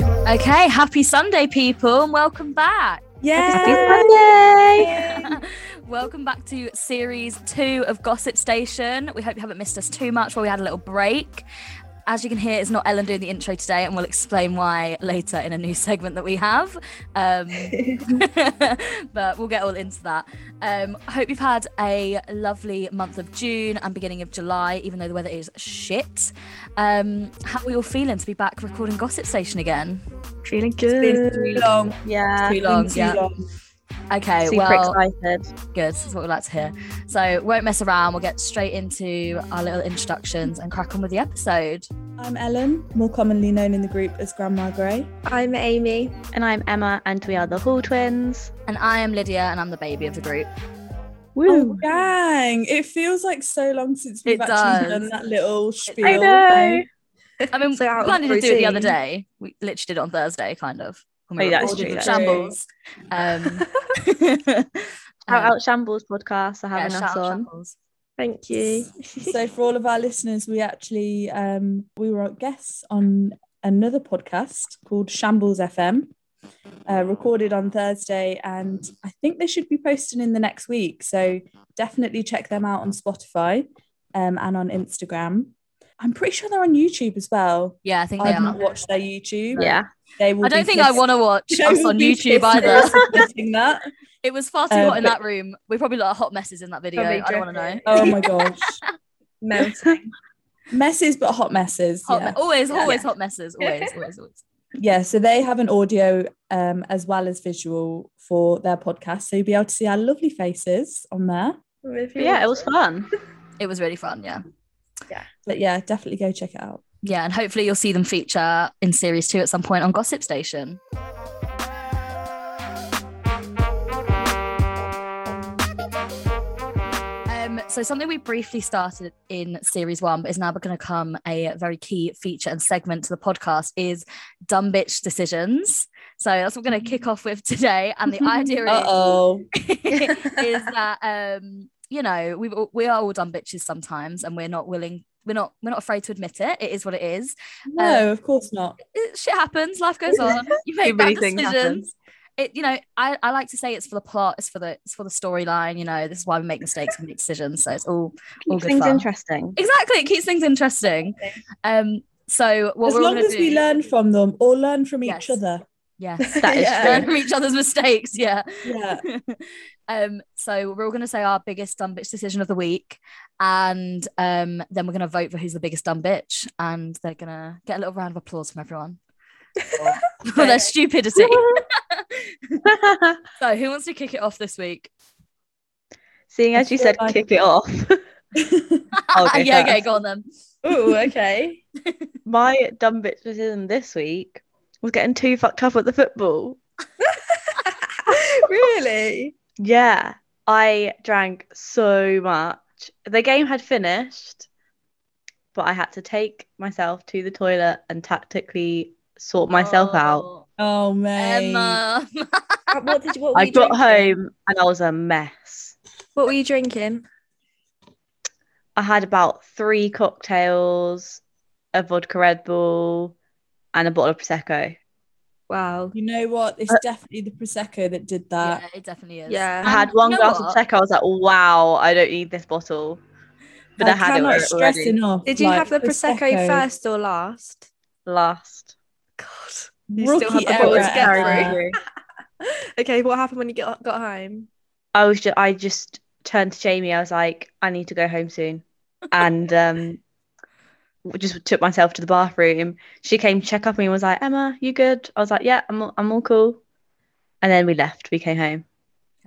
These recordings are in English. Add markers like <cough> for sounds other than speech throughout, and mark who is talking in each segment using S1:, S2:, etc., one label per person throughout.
S1: Okay, happy Sunday, people, and welcome back.
S2: Yeah.
S3: Sunday.
S1: Welcome back to series two of Gossip Station. We hope you haven't missed us too much while we had a little break. As you can hear, it's not Ellen doing the intro today, and we'll explain why later in a new <laughs> segment that we have. Um, <laughs> but we'll get all into that. Um, I hope you've had a lovely month of June and beginning of July, even though the weather is shit. Um, how are you all feeling to be back recording Gossip Station again?
S3: Feeling
S2: It's been too
S3: good.
S2: long.
S3: Yeah.
S1: Too long,
S2: Been too
S1: yeah.
S2: long.
S1: Okay,
S3: Super
S1: well,
S3: excited.
S1: Good. That's what we like to hear. So, won't mess around. We'll get straight into our little introductions and crack on with the episode.
S2: I'm Ellen, more commonly known in the group as Grandma Grey.
S3: I'm Amy. And I'm Emma, and we are the Hall twins.
S1: And I am Lydia, and I'm the baby of the group.
S2: Oh, dang. It feels like so long since we've
S1: It does.
S2: actually done that little spiel.
S3: I know.
S1: I mean,
S3: <laughs> So out
S1: we
S3: of
S1: planned to do it the other
S3: routine.
S1: day. We literally did it on Thursday, kind of. when
S3: Oh,
S1: were
S3: that's
S1: recording
S3: true,
S1: with
S3: that's
S1: Shambles. Um,
S3: <laughs> Shout
S1: um, <laughs>
S3: out Shambles podcast for
S1: yeah,
S3: having
S1: shout
S3: us
S1: out
S3: on.
S1: Shambles.
S3: Thank you.
S2: so for all of our listeners, we actually um, we were guests on another podcast called Shambles FM, uh, recorded on Thursday, and I think they should be posting in the next week. So definitely check them out on Spotify um, and on Instagram. I'm pretty sure they're on YouTube as well.
S1: Yeah, I think they
S2: I've
S1: are.
S2: not watched their YouTube.
S3: yeah.
S2: They will
S1: I don't
S2: be
S1: think I
S2: pissed-
S1: want to
S3: <laughs>
S1: watch
S2: <laughs> They
S1: us
S2: will
S1: on
S2: be
S1: YouTube
S2: pissed
S1: either.
S2: at us for getting that.
S1: It was far too
S2: Uh,
S1: hot in
S2: but-
S1: that room. We probably got hot messes in that video.
S4: Probably
S1: I don't want to know.
S4: dripping.
S2: Oh
S1: <laughs>
S2: my gosh.
S3: <laughs>
S4: melting.
S2: messes, but hot messes.
S1: Hot,
S2: yeah.
S1: Always,
S2: Yeah.
S1: always hot messes. Always, always, always.
S2: yeah so they have an audio um as well as visual for their podcast so you'll be able to see our lovely faces on there
S3: But yeah, it was fun.
S1: It was really fun. Yeah.
S2: but yeah definitely go check it out
S1: Yeah, and hopefully you'll see them feature in series two at some point on Gossip Station. Um, so something we briefly started in series one, but is now going to come a very key feature and segment to the podcast is dumb bitch decisions. So that's what we're going to kick off with today, and the idea is <laughs>
S2: uh-oh
S1: is that um you know we we are all dumb bitches sometimes and we're not willing we're not we're not afraid to admit it it is what it is
S2: no of course not
S1: It- shit happens life goes on
S3: <laughs>
S1: you make
S3: Too many
S1: bad
S3: things happen.
S1: decisions it you know I, I like to say it's for the plot it's for the it's for the storyline you know this is why we make mistakes and make decisions so it's all all
S3: Keeps
S1: good
S3: things
S1: fun. <laughs>
S3: interesting.
S1: exactly it keeps things interesting um so what
S2: as
S1: we're all
S2: long
S1: gonna
S2: as
S1: do
S2: we learn from them or learn from each
S1: Yes.
S2: other
S1: yes
S3: That is
S2: Yeah.
S1: learn
S3: true.
S1: from each other's mistakes yeah <laughs>
S2: yeah <laughs>
S1: um, so we're all going to say our biggest dumb bitch decision of the week, and um, then we're going to vote for who's the biggest dumb bitch, and they're going to get a little round of applause from
S3: <laughs>
S1: everyone for, for their stupidity. so who wants to kick it off this week?
S3: <laughs> Seeing as you said,
S2: Like-
S3: kick it off. I'll go
S1: <laughs> Uh, yeah,
S3: first.
S1: okay, go on then.
S3: <laughs>
S4: Ooh, okay.
S3: My dumb bitch decision this week was getting too fucked up at the football.
S4: really?
S3: Yeah, I drank so much. The game had finished, but I had to take myself to the toilet and tactically sort myself out.
S2: oh man
S1: Emma, <laughs>
S4: Uh, What did you? What were
S3: I
S4: you
S3: got
S4: drinking?
S3: home and I was a mess.
S4: What were you drinking?
S3: I had about three cocktails, a vodka Red Bull, and a bottle of Prosecco.
S4: Wow.
S2: you know what it's
S3: Uh,
S2: definitely the prosecco that did that
S1: yeah, it definitely is.
S4: Uh, Yeah.
S3: I had
S1: And
S3: one
S1: you know
S3: glass
S1: what?
S3: of Prosecco. I was like, wow, I don't need this bottle. But I, had it
S2: cannot
S3: already
S2: stress enough
S4: Did you
S2: like,
S4: have the prosecco, first or last?
S3: last.
S4: God. <laughs> You still
S2: rookie
S4: had the bottles
S2: error
S4: to get through.
S2: Emma.
S4: Okay. What happened when you get, got home?
S3: I was just I just turned to Jamie. I was like, I need to go home soon,
S1: <laughs>
S3: and um, just took myself to the bathroom. She came to check up on me and was like, Emma, you good? I was like, Yeah, I'm all- I'm all cool. And then we left. We came home,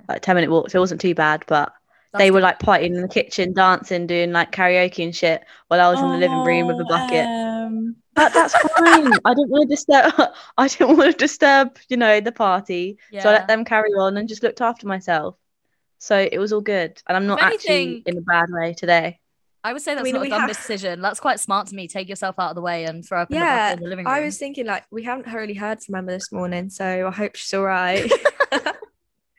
S3: like ten minute walk. So it wasn't too bad, but
S1: That's
S3: they were
S1: good.
S3: like partying in the kitchen, dancing, doing like karaoke and shit, while I was in the living room with a
S2: Oh,
S3: bucket.
S2: um,
S3: But that's fine. I didn't want to disturb. <laughs> I didn't want to disturb, you know, the party. So I
S1: Yeah.
S3: let them carry on and just looked after myself. So it was all good, and I'm not actually
S1: anything-
S3: in a bad way today.
S1: I would say that's
S4: mean,
S1: not a
S4: we
S1: dumb
S4: have-
S1: decision. That's quite smart to me. Take yourself out of the way and throw up in, the,
S4: Yeah,
S1: bucket in the living room.
S4: I was
S3: <laughs>
S4: thinking like we haven't really heard from Emma this morning, so I hope she's all right.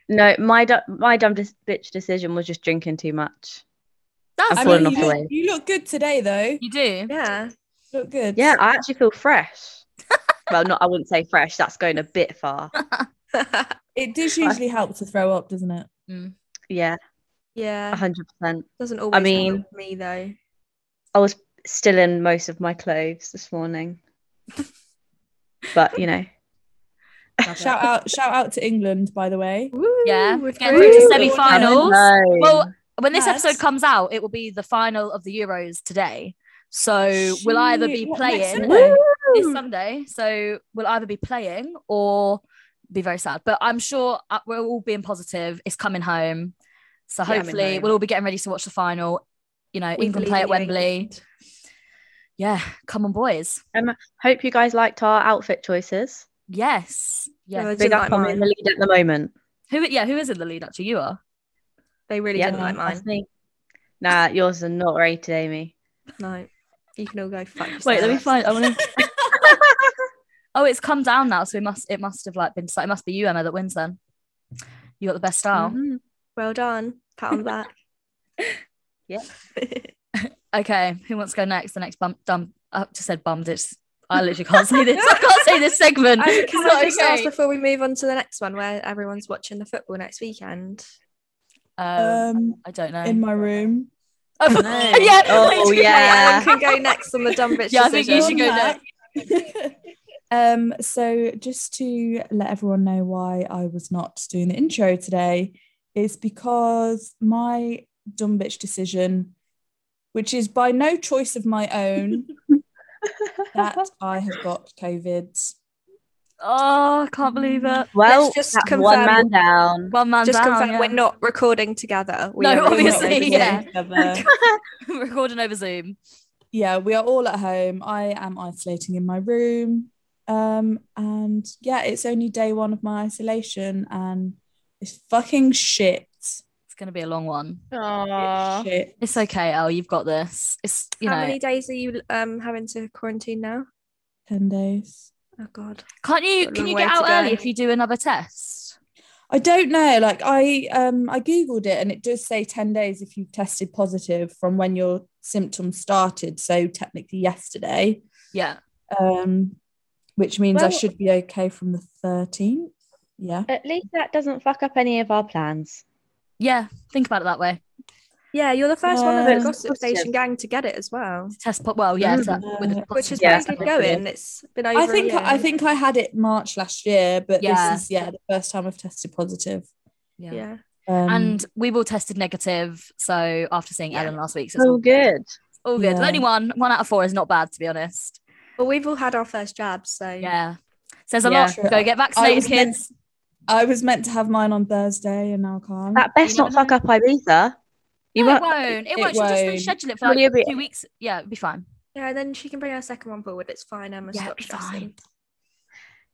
S3: No, my du- my dumb dis- bitch decision was just drinking too much.
S1: That's
S3: I
S2: I
S1: what
S3: fallen
S2: mean,
S3: off
S2: you,
S3: the
S2: look-
S3: wave.
S2: you look good today, though.
S1: you do.
S4: Yeah. <laughs>
S2: You look good.
S3: Yeah, I actually feel fresh. <laughs> well, not I wouldn't say fresh. That's going a bit far.
S2: It does usually help to throw up, doesn't it?
S3: Yeah,
S4: yeah.
S3: hundred percent.
S4: Doesn't always I
S3: Uh-huh. mean-
S4: mean me though.
S3: I was still in most of my clothes this morning, but you know,
S4: <laughs>
S1: Love it.
S2: Shout out, shout out to England, by the way.
S4: Woo,
S1: Yeah,
S4: we're
S1: getting through to
S4: through.
S1: semi-finals.
S3: Hello.
S1: Well, when this
S2: Yes.
S1: episode comes out, it will be the final of the Euros today. So we'll either be
S2: Shit, what, next
S1: playing
S2: Sunday?
S1: this Sunday. So we'll either be playing or be very sad. But I'm sure uh, we're all being positive. It's coming home. So
S3: Yeah, I'm in
S1: hopefully
S3: home.
S1: we'll all be getting ready to watch the final. You know,
S4: We
S1: England
S4: believe
S1: play at
S4: in
S1: Wembley.
S4: England.
S1: Yeah, come on, boys.
S3: hope you guys liked our outfit choices.
S1: Yes. Yeah.
S4: Yeah, I
S3: Big
S4: didn't
S3: up
S4: like
S3: on me
S4: mine.
S3: in the lead at the moment.
S1: Who yeah, who is in the lead actually? You are.
S4: They really
S3: Yeah,
S4: didn't like
S3: that's
S4: mine.
S3: me. Nah, yours are not rated, <laughs> Amy.
S4: No. You can all go fuck yourself.
S1: Wait, let me find I wanna <laughs> Oh, it's come down now, so it must it must have like been so it must be you, Emma, that wins then. You got the best style.
S3: Mhm.
S4: Well done. Pat on
S1: <laughs>
S4: the back. <laughs>
S3: Yeah.
S1: Okay, who wants to go next? The next bump dump I just said bummed. It's I literally can't say this. I can't say this segment.
S4: <laughs> I
S1: It's
S4: can I
S1: not
S4: just ask
S1: okay.
S4: before we move on to the next one where everyone's watching the football next weekend?
S1: Um,
S2: Um,
S1: I don't know.
S2: in my room.
S1: Oh, <laughs>
S3: No.
S2: <laughs>
S1: yeah,
S4: <laughs>
S3: Oh,
S1: wait,
S3: yeah.
S4: Ellen can go next on the dumb bitch
S1: Yeah, I think
S4: decision.
S1: you should go next.
S2: <laughs> um, so just to let everyone know why I was not doing the intro today is because my dumb bitch decision, which is by no choice of my own,
S1: <laughs>
S2: that I have got COVID.
S1: Oh, I can't believe it.
S3: well,
S4: Let's just
S3: that's one
S4: confirm-
S3: man down.
S1: One man
S4: Just
S1: down.
S4: confirm
S1: yeah.
S4: we're not recording together. We
S1: No,
S4: are recording
S1: obviously,
S4: over Zoom.
S1: yeah.
S2: yeah.
S1: <laughs> recording over Zoom.
S2: yeah, we are all at home. I am isolating in my room. Um, and yeah, it's only day one of my isolation and it's fucking shit.
S1: It's gonna be a long one.
S3: Uh.
S2: It's shit.
S1: It's okay, Elle. You've got this. It's you
S4: How
S1: know.
S4: many days are you um having to quarantine now?
S2: 10 days.
S4: Oh god.
S1: Can't you?
S4: Got a
S1: Can
S4: long
S1: you
S4: way
S1: get out
S4: to go.
S1: early if you do another test?
S2: I don't know. Like I um I googled it and it does say 10 days if you've tested positive from when your symptoms started, so technically yesterday.
S1: Yeah.
S2: Um which means I
S3: Well-
S2: should be okay from the 13th. Yeah.
S3: At least that doesn't fuck up any of our plans.
S1: Yeah. Think about it that way.
S4: Yeah, you're the first one of
S2: Um,
S1: Uh,
S4: the gossip
S3: positive.
S4: station gang to get it as well.
S1: Test pot. Well, yeah. so
S3: Mm.
S1: that- with the
S4: Mm-hmm. Which is
S1: positive
S3: Yeah.
S4: pretty
S1: test.
S4: good going. It's been over
S2: I
S4: a
S2: think
S4: year.
S2: I think I had it March last year, but
S1: Yeah.
S2: this is yeah the first time I've tested positive.
S1: Yeah.
S4: yeah.
S2: Um,
S1: And we've all tested negative. So after seeing
S4: Yeah.
S1: Ellen last week, so it's
S3: So
S1: all Oh, good.
S3: good.
S1: All good.
S2: Yeah.
S1: Only one. One out of four is not bad, to be honest.
S4: Well, we've all had our first jabs, so
S1: Yeah. Says a
S3: Yeah.
S1: lot. Go get vaccinated,
S2: was meant-
S1: kids.
S2: I was meant to have mine on Thursday, and now I can't.
S3: That best
S1: You never
S3: not fuck up Ibiza. You
S1: no, it
S3: won't.
S1: won't. It,
S2: it
S1: won't. She'll just
S2: won't.
S1: reschedule it for
S3: Well,
S1: like
S3: you'll be-
S1: two weeks. Yeah, it'll be fine.
S4: Yeah, and then she can bring her second one forward. It's fine, Emma.
S1: Yeah,
S4: stop
S1: it'll be <laughs>
S4: stressing.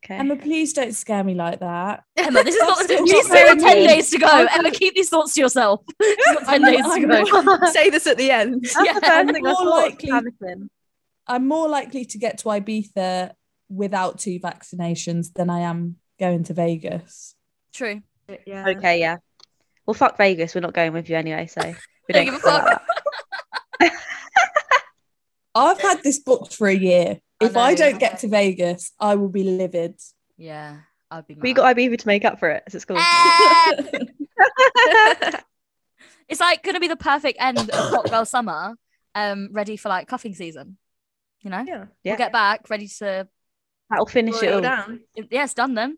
S3: Okay. <laughs>
S2: Emma, please don't scare me
S1: <laughs>
S2: like that.
S1: Emma, this is not.
S2: Stop
S1: She's still got
S3: saying
S1: ten
S3: it.
S1: days to go.
S2: I'm-
S1: Emma, keep these thoughts to yourself. She's got ten days to go.
S3: <laughs>
S4: Say this at the end.
S3: That's the
S1: Yeah.
S3: first thing I
S2: More
S3: thought,
S2: likely-
S3: Hamilton.
S2: I'm more likely to get to Ibiza without two vaccinations than I am going to Vegas.
S1: True.
S4: Yeah.
S3: Okay, yeah. Well, fuck Vegas. We're not going with you anyway, so we
S1: Don't
S3: don't
S1: give a
S3: care about
S1: fuck.
S3: that.
S2: I've had this booked for a year.
S1: I
S2: If I
S1: know.
S2: don't get to Vegas, I will be livid.
S1: Yeah, I'd be. Mad.
S3: We got Ibiza to make up for it. So it's cool. <laughs>
S1: Eh, it's like gonna be the perfect end of hot girl summer. Um, ready for like cuffing season. You know,
S4: Yeah.
S3: Yeah.
S1: we'll get back ready to.
S3: That'll finish it
S4: Roll
S1: <laughs>
S3: all.
S4: down.
S1: Yeah, it's done then.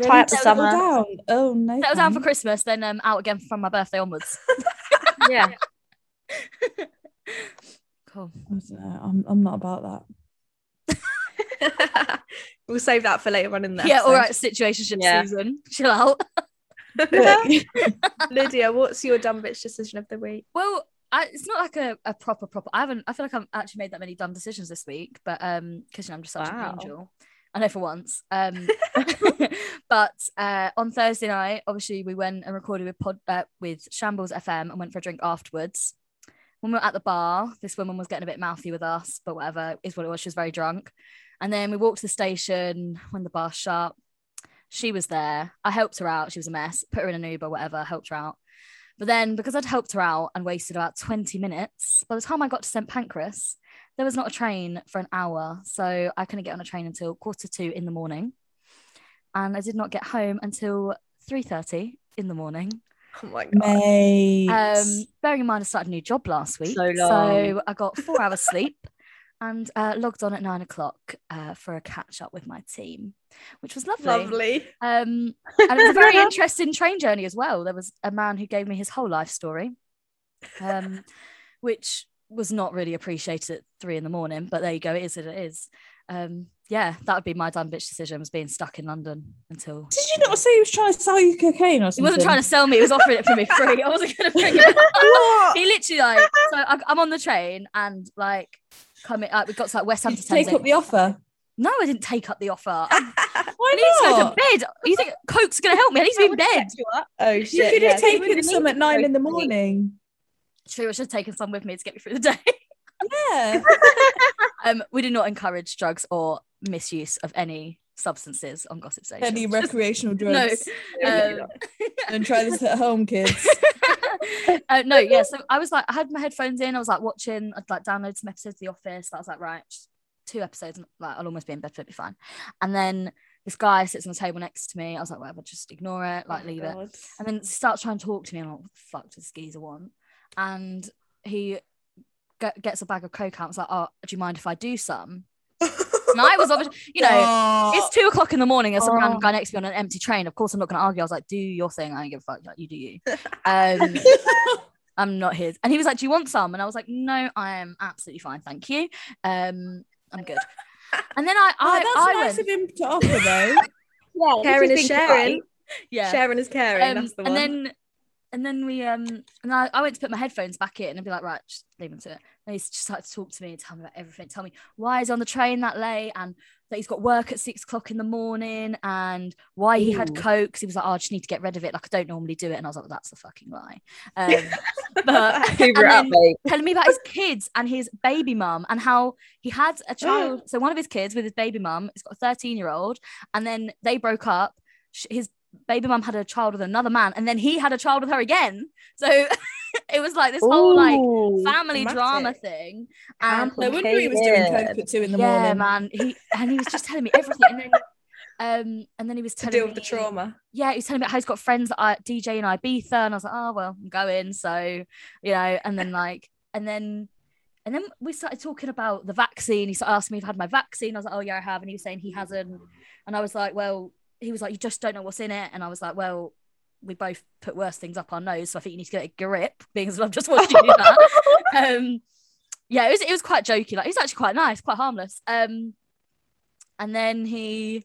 S3: Tie up the
S2: Settle
S3: summer.
S2: down. Oh no.
S1: Settle down for
S2: thanks.
S1: Christmas, then um, out again from my birthday onwards.
S3: Yeah.
S1: cool.
S2: I don't know. I'm, I'm not about that.
S4: <laughs> we'll save that for later on in the
S1: yeah, all
S4: episode.
S1: right. Situationship
S3: Yeah.
S1: season. Chill out. <laughs>
S4: <laughs>
S2: Look,
S4: Lydia, what's your dumb bitch decision of the week?
S1: Well, I, it's not like a, a proper proper. I haven't. I feel like I've actually made that many dumb decisions this week, but um, because you know, I'm just such
S3: Wow.
S1: an angel. I know for once. Um, <laughs> but uh, on Thursday night, obviously, we went and recorded with Pod uh, with Shambles FM and went for a drink afterwards. When we were at the bar, this woman was getting a bit mouthy with us, but whatever is what it was. She was very drunk, and then we walked to the station when the bar shut. She was there. I helped her out. She was a mess. Put her in an Uber, whatever, helped her out. But then because I'd helped her out and wasted about 20 minutes, by the time I got to St. Pancras, there was not a train for an hour. So I couldn't get on a train until quarter two in the morning. And I did not get home until 3.30 in the morning.
S4: Oh my god.
S2: Mate.
S1: Um, bearing in mind, I started a new job last week,
S3: So
S1: so,
S3: long.
S1: I got four
S3: <laughs>
S1: hours sleep and uh, logged on at nine o'clock uh, for a catch up with my team, which was lovely.
S4: Lovely.
S2: <laughs>
S1: Um, and it was a very interesting train journey as well. There was a man who gave me his whole life story, um, which was not really appreciated at three in the morning. But there you go, it is what it is. Um, yeah, that would be my dumb bitch decision was being stuck in London until.
S2: Did you not say he was trying to sell you cocaine or
S1: He
S2: something?
S1: wasn't trying to sell me. He was offering it for me free. I wasn't going to bring it.
S4: What?
S1: he literally like so I, I'm on the train and like coming up we got to like West
S2: Did you
S1: Hampton
S2: take
S1: Thames
S2: up the offer.
S1: no I didn't take up the offer
S2: <laughs>
S1: I,
S2: Why
S1: I need to go
S2: not?
S1: to bed you think Coke's gonna help me I need to be in bed
S3: Oh
S2: You
S3: shit!
S2: could
S3: yeah,
S2: have
S3: so you
S2: taken
S3: wouldn't
S2: some
S3: need
S2: at nine
S3: to
S2: in the
S3: go to sleep.
S2: morning.
S1: true I should have taken some with me to get me through the day <laughs>
S2: Yeah.
S1: um we do not encourage drugs or misuse of any substances on Gossip Station <laughs>
S2: <laughs> Any
S1: Just-
S2: recreational
S1: no
S2: drugs.
S1: um,
S2: And try this at home, kids.
S1: uh, no, yeah. So I was like, I had my headphones in. I was like watching. I'd like download some episodes of The Office. But I was like, right, just two episodes. and, Like I'll almost be in bed, so it'll be fine. And then this guy sits on the table next to me. I was like, whatever, just ignore it,
S4: Oh
S1: like leave it. And then starts trying to talk to me. And I'm like, what the fuck does the geezer want? And he ge- gets a bag of coke out. I was like, oh, do you mind if I do some? <laughs> And I was obviously, you know.
S2: <laughs>
S1: It's two o'clock in the morning. There's some random
S2: Oh.
S1: guy next to me on an empty train. Of course, I'm not going to argue. I was like, "Do your thing. I don't give a fuck. Like, you do you."
S2: <laughs>
S1: Um, I'm not his. And he was like, Do you want some? And I was like, No, I am absolutely fine. Thank you. Um, I'm good. And then I,
S2: Oh,
S1: I,
S2: that's
S1: I
S2: nice
S1: went,
S2: of him to offer,
S1: <laughs>
S2: though.
S3: Yeah,
S4: Sharing
S3: if
S4: is
S3: you think about it,
S4: sharing.
S1: yeah.
S4: Sharing is caring.
S1: Um,
S4: that's the
S1: and
S4: one.
S1: then, and then we, um, and I, I went to put my headphones back in and be like, Right, just leave him to it. And he's just like to talk to me and tell me about everything. Tell me why he's on the train that late and that he's got work at six o'clock in the morning and why he had
S3: Ooh.
S1: coke. 'cause He was like, oh, I just need to get rid of it. Like I don't normally do it. And I was like, well, that's a fucking
S4: <laughs>
S1: lie. Um, but <laughs>
S3: Hoover
S1: and
S3: up,
S1: then-
S3: mate.
S1: telling me about his kids and his baby mum and how he had
S4: <gasps>
S1: a child. so one of his kids with his baby mum, he's got a 13 year old, and then they broke up. Sh- His baby mum had a child with another man, and then he had a child with her again. So <laughs> it was like this whole like
S3: Ooh.
S1: family
S4: dramatic.
S1: drama thing. And
S2: No wonder he was doing coke at two in the
S1: yeah,
S2: morning.
S1: man, he and he was just
S4: <laughs>
S1: telling me everything, and then um, and then he was
S4: to
S1: telling
S4: deal with the
S1: me-
S4: trauma. <laughs>
S1: yeah, he was telling me how he's got friends that are DJ in Ibiza, and I was like, oh well, I'm going, so you know, and then like, and then, and then we started talking about the vaccine. He started asking me if I had my vaccine. I was like, oh yeah, I have, and he was saying he hasn't, and I was like, well, he was like, you just don't know what's in it, and I was like, well, we both put worse things up our nose, so I think you need to get a grip, being as I've just watched you do that. um, yeah, it was it was quite jokey. Like he was actually quite nice, quite harmless. Um, and then he,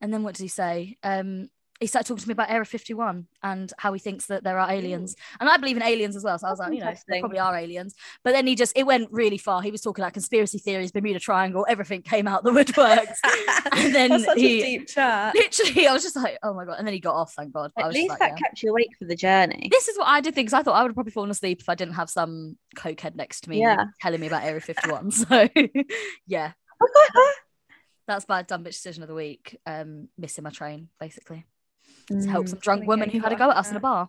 S1: and then what did he say? Um, he started talking to me about Area 51 and how he thinks that there are aliens. And I believe in aliens as well. So I was
S3: That's
S1: like, you know, there
S3: interesting.
S1: probably are aliens. But then he just, it went really far. He was talking about conspiracy theories, Bermuda Triangle, everything came out the <laughs> woodworks.
S4: <laughs>
S1: And then
S4: That's such
S1: he-
S4: a
S1: <laughs>
S4: deep chat.
S1: Literally, I was just like, oh my God. And then he got off, thank God. But I
S3: At
S1: was just
S3: least
S1: like,
S3: that
S1: yeah.
S3: kept you awake for
S1: <laughs>
S3: the journey.
S1: This is what I did think because I thought I would have probably fallen asleep if I didn't have some cokehead next to me
S3: Yeah.
S1: telling me about
S3: <laughs>
S1: Area 51. So <laughs> yeah, that's my dumb bitch decision of the week. Um, missing my train, basically. To
S3: Mm.
S1: help some drunk
S4: Okay,
S1: woman who had a
S4: got
S1: go at us in a
S4: that.
S1: bar.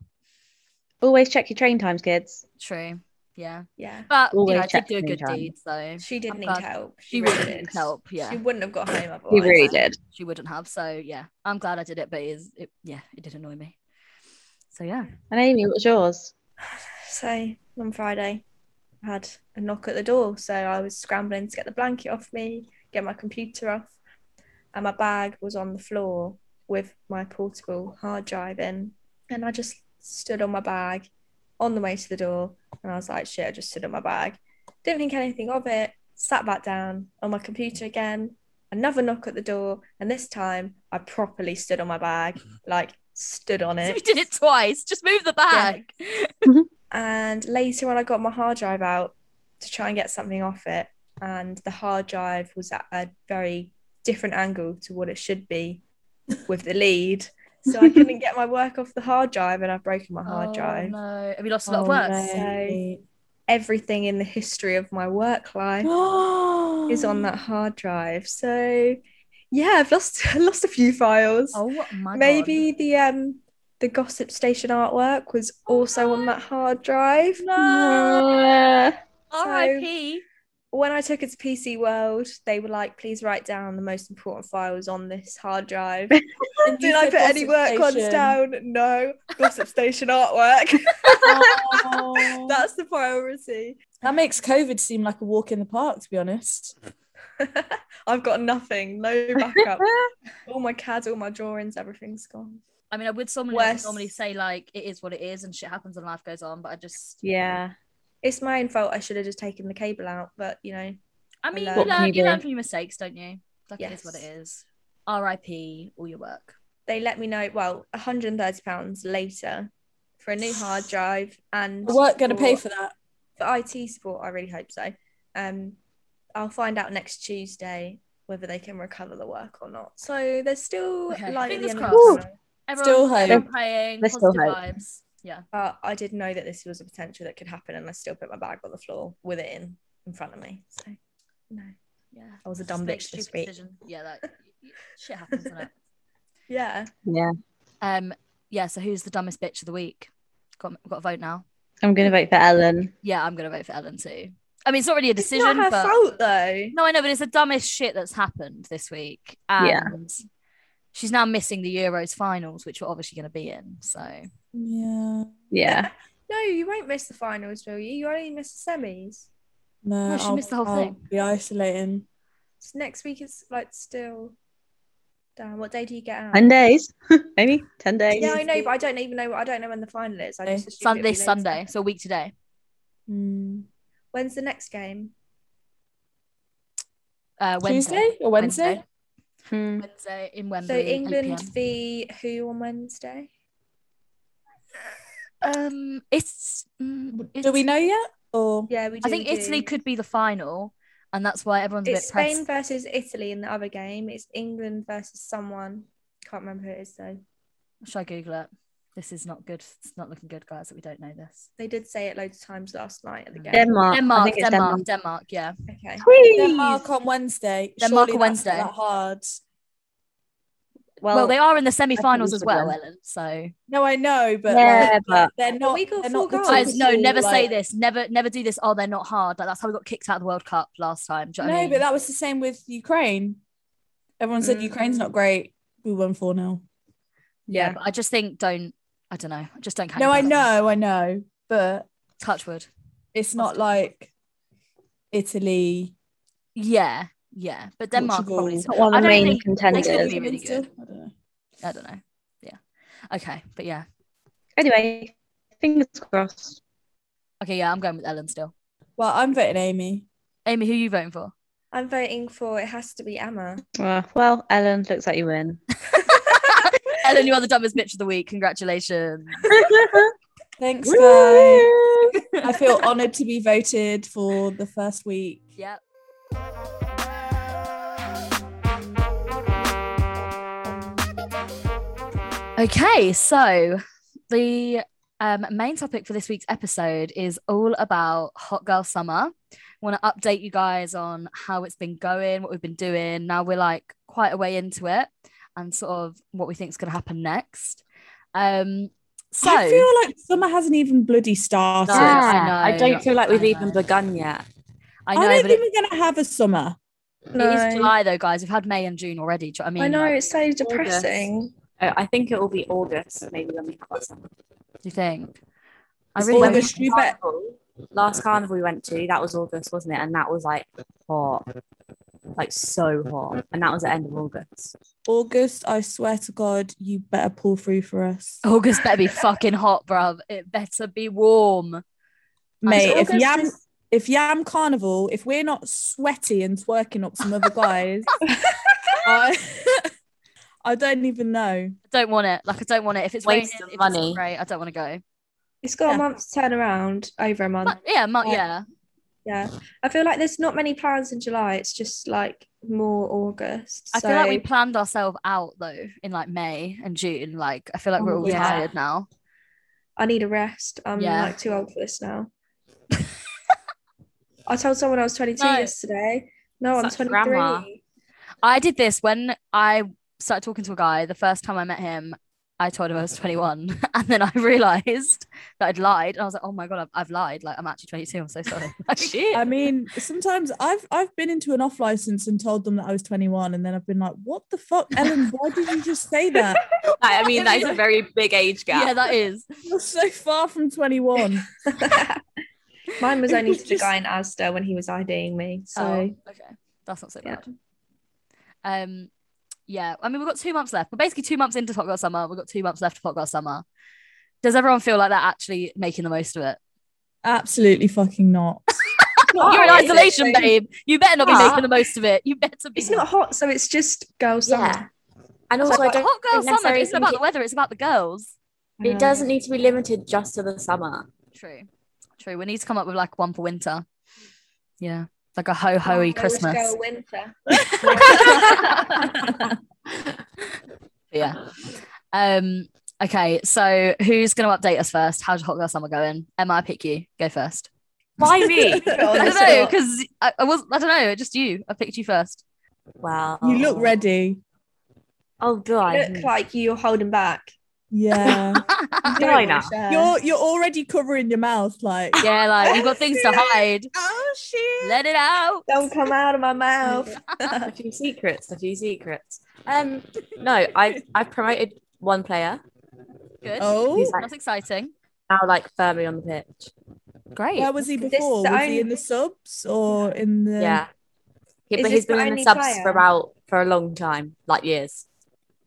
S3: Always check your train times, kids.
S1: True. Yeah.
S4: Yeah.
S1: But you
S3: Always
S1: know, I did
S3: check
S1: do a
S3: the
S1: good
S3: meantime.
S1: deed, so
S4: She did
S1: I'm
S4: need
S1: glad-
S4: help.
S1: she
S4: really
S1: really
S4: did.
S1: needed help, yeah.
S4: She wouldn't have got home otherwise.
S3: He really did.
S1: she wouldn't have. So yeah, I'm glad I did it, but it is it yeah, it did annoy me. So yeah. <laughs>
S3: And Amy, what's yours?
S4: So on Friday, I had a knock at the door. So I was scrambling to get the blanket off me, get my computer off, and my bag was on the floor with my portable hard drive in. And I just stood on my bag on the way to the door, and I was like, shit, I just stood on my bag. Didn't think anything of it, sat back down on my computer again. Another knock at the door, and this time I properly stood on my bag, like stood on
S1: So
S4: it.
S1: we did it twice. Just move the bag. Mm-hmm.
S4: And later, when I got my hard drive out to try and get something off it, and the hard drive was at a very different angle to what it should be with the lead. So I couldn't get my work off the hard drive, and I've broken my hard
S1: Oh,
S4: drive.
S1: No. Have you lost a lot
S2: Oh,
S1: of work?
S2: mate.
S4: Everything in
S1: <gasps>
S2: <gasps>
S4: the history of my work life is on that hard drive. So Yeah, I've lost <laughs> lost a few files.
S1: Oh my god.
S4: Maybe the um the gossip station artwork was
S1: <gasps>
S4: also on that hard drive.
S3: No.
S1: R.I.P.
S4: When I took it to PC World, they were like, please write down the most important files on this hard drive.
S2: And you
S4: <laughs> Did I
S2: said
S4: put any
S2: Gossip
S4: work ones
S2: Station.
S4: down? No. Gossip station <laughs> artwork.
S2: Oh.
S4: That's the priority. <laughs>
S2: that makes COVID seem like a walk in the park, to be honest.
S4: I've got nothing, no backup. <laughs> all my CAD, all my drawings, everything's gone.
S1: I mean, I would someone
S4: Worse.
S1: normally say like it is what it is and shit happens and life goes on, but I just
S3: <laughs> yeah.
S4: It's my own fault. I should have just taken the cable out, but you know,
S1: I mean,
S4: I
S1: you
S4: learned.
S1: learn,
S3: What can
S1: you
S3: you
S1: learn
S3: do?
S1: from your mistakes, don't you? Like it is what it
S4: Yes.
S1: is. R.I.P. All your work.
S4: they let me know. Well, 130 pounds later for a new <sighs> hard drive and
S2: We're not going to pay for
S4: for
S2: that.
S4: for IT support. I really hope so. Um, I'll find out next Tuesday whether they can recover the work or not. So there's still
S1: Okay.
S4: light at the
S1: Fingers
S4: end of the
S1: crossed.
S4: tunnel.
S1: Everyone,
S2: hope.
S1: everyone praying.
S3: Let's
S1: positive
S3: still hope.
S1: vibes. Yeah.
S4: But I did know that this was a potential that could happen, and I still put my bag on the floor with it in in front of me. So no.
S1: Yeah.
S4: I was a
S1: Just
S4: dumb
S1: make
S4: bitch this
S1: stupid
S4: week.
S1: decision. Yeah, that shit happens, doesn't it?
S4: Yeah.
S3: Yeah.
S1: Um, yeah, so who's the dumbest bitch of the week? Got got a vote now.
S3: I'm gonna vote for Ellen.
S1: Yeah, I'm gonna vote for Ellen too. I mean, it's not really a
S4: It's
S1: decision,
S4: not her
S1: but
S4: fault though.
S1: no, I know, but it's the dumbest shit that's happened this week, and
S3: Yeah.
S1: she's now missing the Euros finals, which we're obviously going to be in. So
S2: Yeah.
S3: Yeah.
S4: No, you won't miss the finals, will you? You only miss the semis.
S2: No,
S1: No, she missed the whole thing.
S2: Be isolating.
S4: So next week it's like still down. What day do you get out?
S3: Ten days. <laughs> Maybe ten days.
S4: yeah, I know, but I don't even know. I don't know when the final is. I just assumed
S1: Sun-
S4: it'd be
S1: this
S4: later.
S1: Sunday, so a week today.
S2: Mm.
S4: When's the next game?
S1: Uh, Wednesday.
S2: Tuesday or Wednesday?
S3: Hmm.
S1: Wednesday in
S4: So
S1: Wednesday.
S4: England v who on Wednesday?
S1: Um, it's, mm, it's.
S2: Do we know yet? Or
S4: Yeah, we. Do,
S1: I think
S4: we
S1: Italy
S4: do.
S1: could be the final, and that's why everyone's a
S4: It's
S1: bit
S4: Spain
S1: pressed.
S4: versus Italy in the other game. It's England versus someone. Can't remember who it is though.
S1: Should I Google it? This is not good. It's not looking good, guys. That we don't know this.
S4: They did say it loads of times last night at the game.
S3: Denmark. Uh, I
S1: Denmark,
S3: think it's
S1: Denmark, Denmark, Yeah,
S4: Okay.
S3: Please.
S2: Denmark on Wednesday.
S1: Denmark
S2: Surely
S1: on
S2: that's not
S1: Wednesday.
S2: That hard.
S3: Well,
S1: well, they are in the
S3: I think
S1: semi-finals
S3: we
S1: as
S3: should
S1: well,
S3: win.
S1: Ellen. So,
S2: No, I know, but
S3: Yeah,
S2: like,
S3: but-
S2: they're not.
S4: we got
S2: they're
S4: four
S2: not the
S4: goals.
S2: typical,
S1: guys, no, never say
S2: Oh, like-
S1: this. Never, never do this. Oh, they're not hard. Like that's how we got kicked out of the World Cup last time. Do you know what I
S2: No,
S1: mean?
S2: but that was the same with Ukraine. Everyone said
S4: Mm.
S2: Ukraine's not great. We won four 0
S1: yeah,
S4: Yeah.
S1: but I just think don't. I don't know. I just don't. count
S2: No,
S1: your
S2: I
S1: goals.
S2: know, I know, but
S1: Touch wood.
S2: it's not like Italy.
S1: Yeah, yeah, but Denmark
S2: Portugal.
S1: probably.
S3: not one
S1: I
S3: of the
S1: don't
S3: main
S1: think-
S3: contenders.
S1: They could be really
S2: Still,
S1: good.
S2: I don't know.
S1: I don't know. Yeah. Okay, but yeah.
S3: Anyway, fingers crossed.
S1: Okay, yeah, I'm going with Ellen still.
S2: Well, I'm voting Amy.
S1: Amy, who are you voting for?
S4: I'm voting for it has to be Emma.
S3: Uh, well, Ellen, looks like you <laughs> win.
S1: Ellen, you are the dumbest bitch of the week. Congratulations.
S2: Thanks, guys.
S3: Woo!
S2: I feel honoured to be voted for the first week.
S1: Yep. Okay, so the um, main topic for this week's episode is all about Hot Girl Summer. Want to update you guys on how it's been going, what we've been doing. Now we're like quite a way into it, and sort of what we think is going to happen next. Um, so
S2: I feel like summer hasn't even bloody started.
S1: No, Yeah. I know.
S5: I don't feel like we've
S1: I
S5: even
S1: know.
S5: begun yet.
S1: I
S2: I,
S1: know,
S2: don't
S1: but
S2: think
S1: it,
S2: we're gonna have a summer.
S1: it is July though, guys. We've had May and June already. Do you know what I mean?
S4: I know
S1: Like,
S4: it's so depressing.
S5: I I think it will be August, maybe when we cross them.
S1: do you think? I
S5: It's
S1: really
S5: August.
S2: August, you bet.
S5: Carnival, Last carnival we went to, that was August, wasn't it? And that was like hot, like so hot. And that was the end of August.
S2: August, I swear to God, you better pull through for us.
S1: August better be fucking hot, bruv. It better be warm.
S2: Mate, if
S4: August
S2: Yam
S4: is-
S2: if Yam Carnival, if we're not sweaty and twerking up some
S1: <laughs>
S2: other guys, I, <laughs> I don't even know.
S1: I don't want it. Like I don't want it. If it's
S5: Waste
S1: raining,
S5: of
S1: if
S5: money. Um,
S1: it's grey, I don't want to go.
S4: it's got
S2: Yeah.
S4: a month's turnaround, over a month.
S1: But yeah, mu-
S4: Yeah.
S1: yeah,
S4: Yeah, I feel like there's not many plans in July. It's just like more August.
S1: I
S4: so
S1: feel like we planned ourselves out though in like May and June. Like I feel like we're all
S5: Yeah.
S1: tired now.
S4: I need a rest. I'm
S1: Yeah.
S4: like too old for this now. <laughs> I told someone I was 22
S1: No.
S4: yesterday. No,
S5: Such
S4: I'm 23.
S5: grandma.
S1: I did this when I started talking to a guy the first time I met him. I told him I was 21, <laughs> and then I realized that I'd lied, and I was like, "Oh my god, I've, I've lied! Like I'm actually 22. I'm so sorry." <laughs> Like,
S3: Shit.
S2: I mean, sometimes I've I've been into an off license and told them that I was 21, and then I've been like, "What the fuck, Ellen? Why did you just say that?
S5: I mean, that is a very big age gap.
S1: yeah, that is.
S2: You're so far from 21."
S4: <laughs> Mine was
S2: It
S4: only
S2: was
S4: to the
S2: just-
S4: guy in Asda when he was IDing me. So
S1: Oh, okay. That's not so
S4: yeah.
S1: bad. Um, yeah. I mean, we've got two months left. We're basically two months into Top Girl Summer. We've got two months left of Top Girl Summer. Does everyone feel like they're actually making the most of it?
S2: Absolutely fucking not.
S1: You're in
S4: Oh, is it?
S1: isolation, babe. You better not be
S5: Yeah.
S1: making the most of it. You better be.
S4: It's not hot, so it's just girls.
S5: Yeah.
S4: summer.
S5: And also, I
S1: Hot-
S5: don't
S1: hot girl
S5: think
S1: summer
S5: necessarily
S1: isn't about
S5: think
S1: the weather. It's about the girls.
S4: I
S5: it,
S4: know.
S5: it doesn't need to be limited just to the summer.
S1: True. True. We need to come up with like one for winter. Yeah. Like a ho hoy
S4: Where would you
S1: Christmas.
S4: Go <laughs> winter.
S1: <laughs> yeah. Um, okay. So who's going to update us first? How's your hot girl summer going? Emma, I pick you. Go first.
S5: Why
S1: I
S5: me?
S4: Honestly.
S1: don't know because I, I was I don't know just you I picked you first
S5: <laughs> Well,
S2: You look ready.
S5: Oh, do I?
S4: Look like you're holding back.
S2: Yeah,
S5: do I now?
S2: you're you're already covering your mouth. Like,
S1: yeah like you've got things <laughs> to hide
S2: oh shit.
S1: let it out
S4: Don't come out of my mouth.
S5: <laughs> a few secrets. A few secrets. Um, no, I I promoted one player
S1: good
S2: Oh,
S5: He's like-
S1: that's exciting
S5: now, like firmly on the pitch.
S1: great
S2: where was he
S4: This is
S2: before?
S4: the
S2: Was
S4: only-
S2: he in the subs or in the?
S5: Yeah. He-
S4: Is
S5: but
S4: this
S5: he's
S4: the
S5: been in
S4: only
S5: the subs
S4: player?
S5: for about for a long time, like years,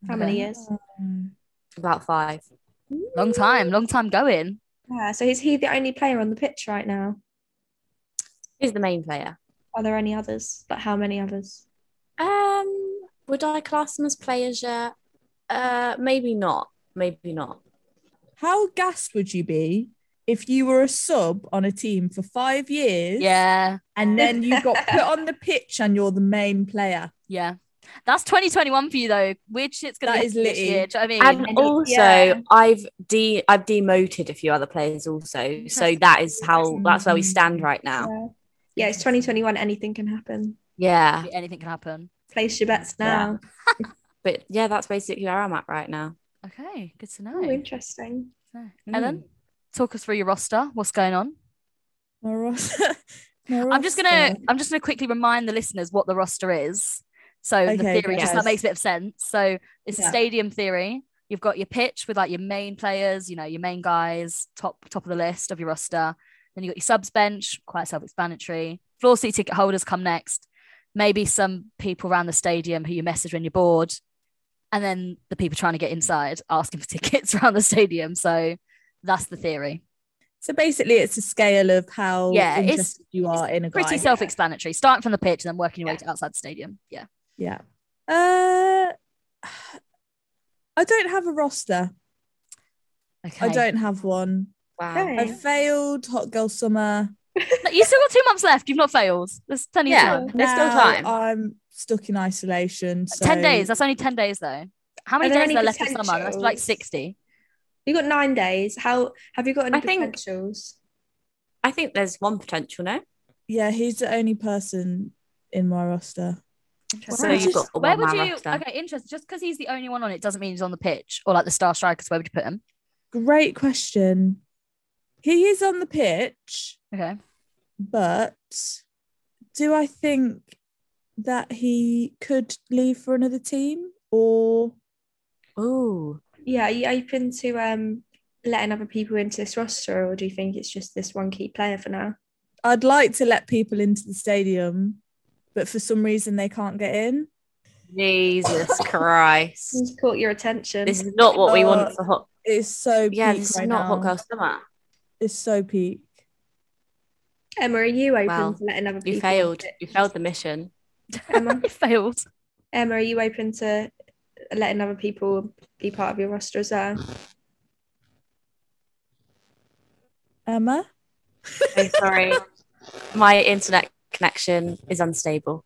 S4: How many years?
S5: about five.
S1: long time long time going
S4: Yeah, so is he the only player on the pitch right now?
S5: He's the main player.
S4: Are there any others? But how many others?
S5: Um, would I class him as players yet? Uh, maybe not. Maybe not.
S2: How gassed would you be if you were a sub on a team for five years?
S1: yeah <laughs>
S2: and then you got put on the pitch and you're the main player.
S1: yeah that's 2021 for you though weird shit's gonna
S2: That
S1: be
S2: is
S1: this
S2: litty.
S1: year do you know what I mean
S5: And
S4: And-
S5: also,
S4: yeah.
S5: I've de I've demoted a few other players also. So
S1: Interesting.
S5: that is how that's where we stand right now.
S4: Yeah. yeah, it's 2021. Anything can happen.
S5: Yeah.
S1: anything can happen
S4: Place your bets now.
S5: But yeah, that's basically where I'm at right now.
S1: okay good to know
S4: Oh, interesting.
S1: No.
S5: Mm.
S1: Ellen talk us through your roster what's going on
S2: My <laughs> ros- my
S1: I'm just gonna
S2: roster.
S1: I'm just gonna quickly remind the listeners what the roster is. So the
S2: Okay,
S1: theory, just
S4: yes.
S1: so that makes a bit of sense. So it's
S2: Yeah.
S1: stadium theory. You've got your pitch with like your main players, you know, your main guys, top top of the list of your roster. Then you got your subs bench, quite self-explanatory. Floor seat ticket holders come next. Maybe some people around the stadium who you message when you're bored, and then the people trying to get inside asking for <laughs> tickets around the stadium. So that's the theory.
S2: So basically, it's a scale of how
S1: Yeah, it's-
S2: interested you are in a guy.
S1: Pretty self-explanatory. Starting from the pitch and then working your way to outside the stadium. Yeah.
S2: Yeah. Uh, I don't have a roster.
S1: Okay.
S2: I don't have one.
S5: Wow.
S4: Okay.
S2: I failed Hot Girl Summer.
S1: No, You still got two months left. You've not failed. There's plenty
S5: Yeah.
S1: of time.
S5: There's still
S2: Now
S5: time.
S2: I'm stuck in isolation. So
S1: Ten days. That's only ten days though. How many
S4: Are there
S1: days
S4: any
S1: are there left of summer? That's like
S4: potentials?
S1: sixty.
S4: You got nine days. How have you got any
S5: I think-
S4: potentials?
S5: I think there's one potential, no?
S2: Yeah, he's the only person in my roster.
S5: So
S2: Wow.
S5: you've got a
S1: Where
S5: one
S1: would
S5: man
S1: you?
S5: roster.
S1: Okay, interesting. Just because he's the only one on it doesn't mean he's on the pitch or like the star strikers. Where would you put him?
S2: Great question. He is on the pitch.
S1: Okay. <laughs>
S2: but do I think that he could leave for another team or
S5: Ooh.
S4: Yeah, are you open to um letting other people into this roster, or do you think it's just this one key player for now?
S2: I'd like to let people into the stadium, but for some reason they can't get in.
S5: <laughs> Jesus Christ.
S4: Who's caught your attention?
S5: This is not what we want for hot.
S2: It's so
S5: Yeah,
S2: peak
S5: this is
S2: right
S5: not
S2: now.
S5: hot girl summer.
S2: It's so peak.
S4: Emma, are you open
S5: Wow.
S4: to letting other people?
S5: You
S4: into
S5: failed.
S4: it?
S5: You failed the mission. <laughs>
S4: Emma,
S1: You failed.
S4: Emma, are you open to letting other people be part of your roster as well?
S2: Emma? <laughs>
S5: So sorry. My internet connection is unstable.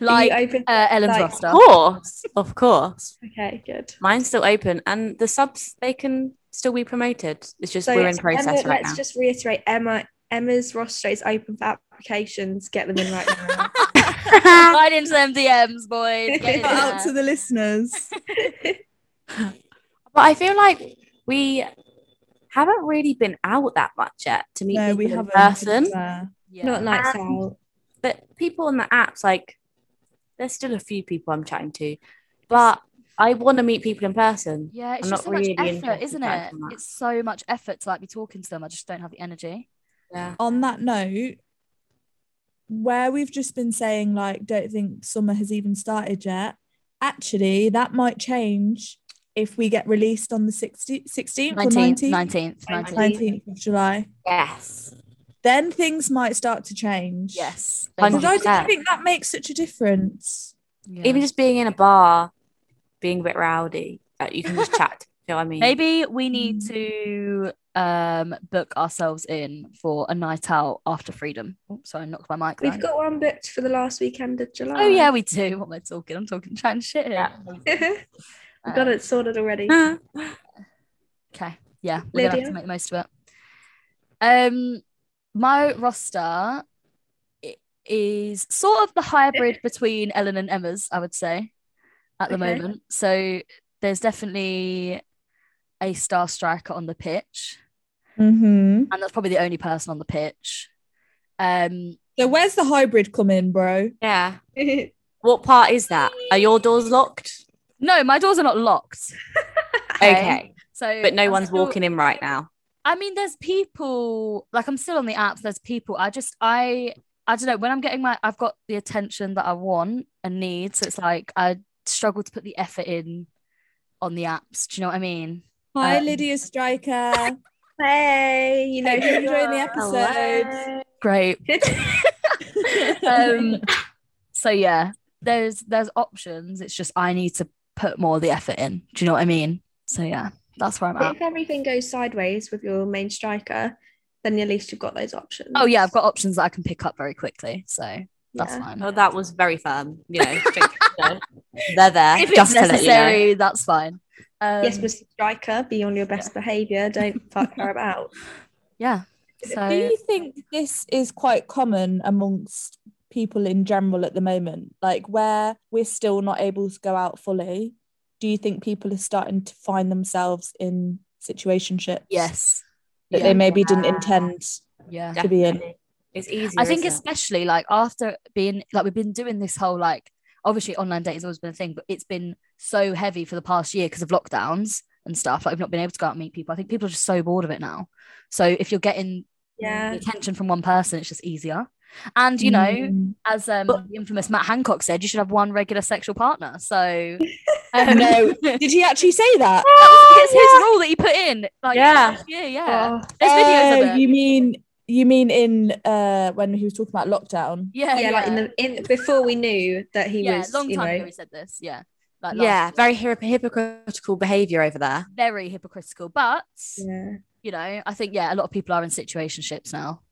S1: Like
S4: are you open?
S1: uh, Ellen's roster.
S4: like-
S5: <laughs> Of course. Of course.
S4: okay, good.
S5: Mine's still open and the subs they can still be promoted. It's just
S4: So
S5: we're in
S4: it's
S5: process
S4: Emma,
S5: right
S4: let's
S5: now.
S4: just
S5: <laughs>
S4: reiterate, Emma. Emma's roster is open for applications. Get them in right now.
S1: Right into them DMs, boys. Get
S2: <laughs>
S1: in
S4: Shout
S2: out
S1: there.
S2: to the listeners.
S5: <laughs> But I feel like we haven't really been out that much yet to meet
S2: no,
S5: people
S2: we
S5: in
S2: haven't.
S5: person.
S2: Yeah.
S4: <laughs>
S1: Yeah.
S4: Not nights out.
S5: But people on the apps, like, there's still a few people I'm chatting to, but I want to meet people in person.
S1: Yeah, it's
S5: I'm
S1: just so
S5: not
S1: much
S5: really
S1: effort,
S5: interested
S1: isn't
S5: in that
S1: it?
S5: so much.
S1: It's so much effort to like be talking to them. I just don't have the energy.
S5: Yeah.
S2: On that note, where we've just been saying like, don't think summer has even started yet. Actually, that might change if we get released on the 16th, 16th or
S1: 19th,
S2: 19th,
S1: 19th, 19th.
S2: 19th of July.
S5: Yes.
S2: Then things might start to change.
S1: Yes.
S2: Because I didn't
S5: 100%.
S2: think that makes such a difference.
S1: Yeah.
S5: Even just being in a bar, being a bit rowdy, like, you can just chat. <laughs> Do you know what I mean?
S1: Maybe we need
S2: Mm.
S1: to um book ourselves in for a night out after freedom. Oh, sorry, I knocked my mic.
S4: We've
S1: down.
S4: got one booked for the last weekend of July.
S1: Oh yeah, we do. What am I talking? I'm talking chatting shit here.
S5: Yeah.
S4: <laughs> We've got it sorted already.
S1: Ah.
S4: <laughs>
S5: Huh?
S1: Okay. Yeah, we're gonna have to
S4: Lydia?
S1: make the most of it. Um, my roster i- is sort of the
S4: <laughs>
S1: hybrid between Ellen and Emma's, I would say, at the
S4: Okay.
S1: moment. So there's definitely a star striker on the pitch,
S2: Mm-hmm.
S1: and that's probably the only person on the pitch. Um,
S2: So where's the hybrid come in, bro?
S5: yeah. What part is that? Are your doors locked?
S1: no, my doors are not
S4: <laughs>
S1: locked.
S5: Okay.
S1: So,
S5: But no
S1: I'm
S5: one's
S1: still-
S5: walking in right now.
S1: <laughs> I mean, there's people like I'm still on the apps. There's people. I just I I don't know when I'm getting my. I've got the attention that I want and need. So it's like I struggle to put the effort in on the apps. Do you know what I mean?
S2: Hi,
S1: Um,
S2: Lydia Striker.
S4: hey, you know
S2: Hope
S4: who
S2: you're
S4: you
S2: enjoying the episode.
S4: are.
S1: Great. um, so yeah, there's there's options. It's just I need to put more of the effort in. Do you know what I mean? So yeah, that's where I'm
S4: But
S1: at.
S4: if everything goes sideways with your main striker, then at least you've got those options.
S1: Oh yeah, I've got options that I can pick up very quickly. So that's
S4: Yeah.
S1: fine.
S5: Oh, that was very firm.
S1: <laughs>
S5: You know, straight- you know, they're there.
S1: If it's
S5: just to let you know.
S1: necessary, that's fine. Um,
S4: yes, Mr. Striker, be on your best behaviour.
S1: <laughs>
S4: Don't fuck her about.
S1: yeah. So
S2: Do you think this is quite common amongst people in general at the moment? Like where we're still not able to go out fully, do you think people are starting to find themselves in situationships
S1: Yes.
S2: that
S1: Yeah.
S2: they maybe didn't intend?
S1: yeah.
S2: to be in.
S5: Ah, Definitely. It's easier.
S1: I think
S5: isn't it?
S1: especially like after being like we've been doing this whole like obviously online dating has always been a thing, but it's been so heavy for the past year because of lockdowns and stuff. Like we've not been able to go out and meet people. I think people are just so bored of it now. So if you're getting the
S4: Yeah.
S1: attention from one person, it's just easier. And you know,
S2: Mm.
S1: as um,
S5: But-
S1: the infamous Matt Hancock said, you should have one regular sexual partner. So
S2: Oh,
S1: <laughs>
S2: no. Did he actually say that?
S1: it's his rule that he put in. Like,
S5: Yeah.
S1: yeah, yeah.
S4: Oh,
S1: <laughs> There's videos
S2: Oh,
S1: of it.
S2: You mean you mean in uh when he was talking about lockdown?
S1: Yeah,
S4: yeah, like in the in before we knew that he
S1: yeah,
S4: was,
S1: long
S4: you
S1: time
S4: know,
S1: ago he said this. Yeah, like last
S5: yeah,
S1: year.
S5: very hypo- hypocritical behavior over there.
S1: very hypocritical. But
S4: yeah.
S1: you know, I think yeah, a lot of people are in situationships now.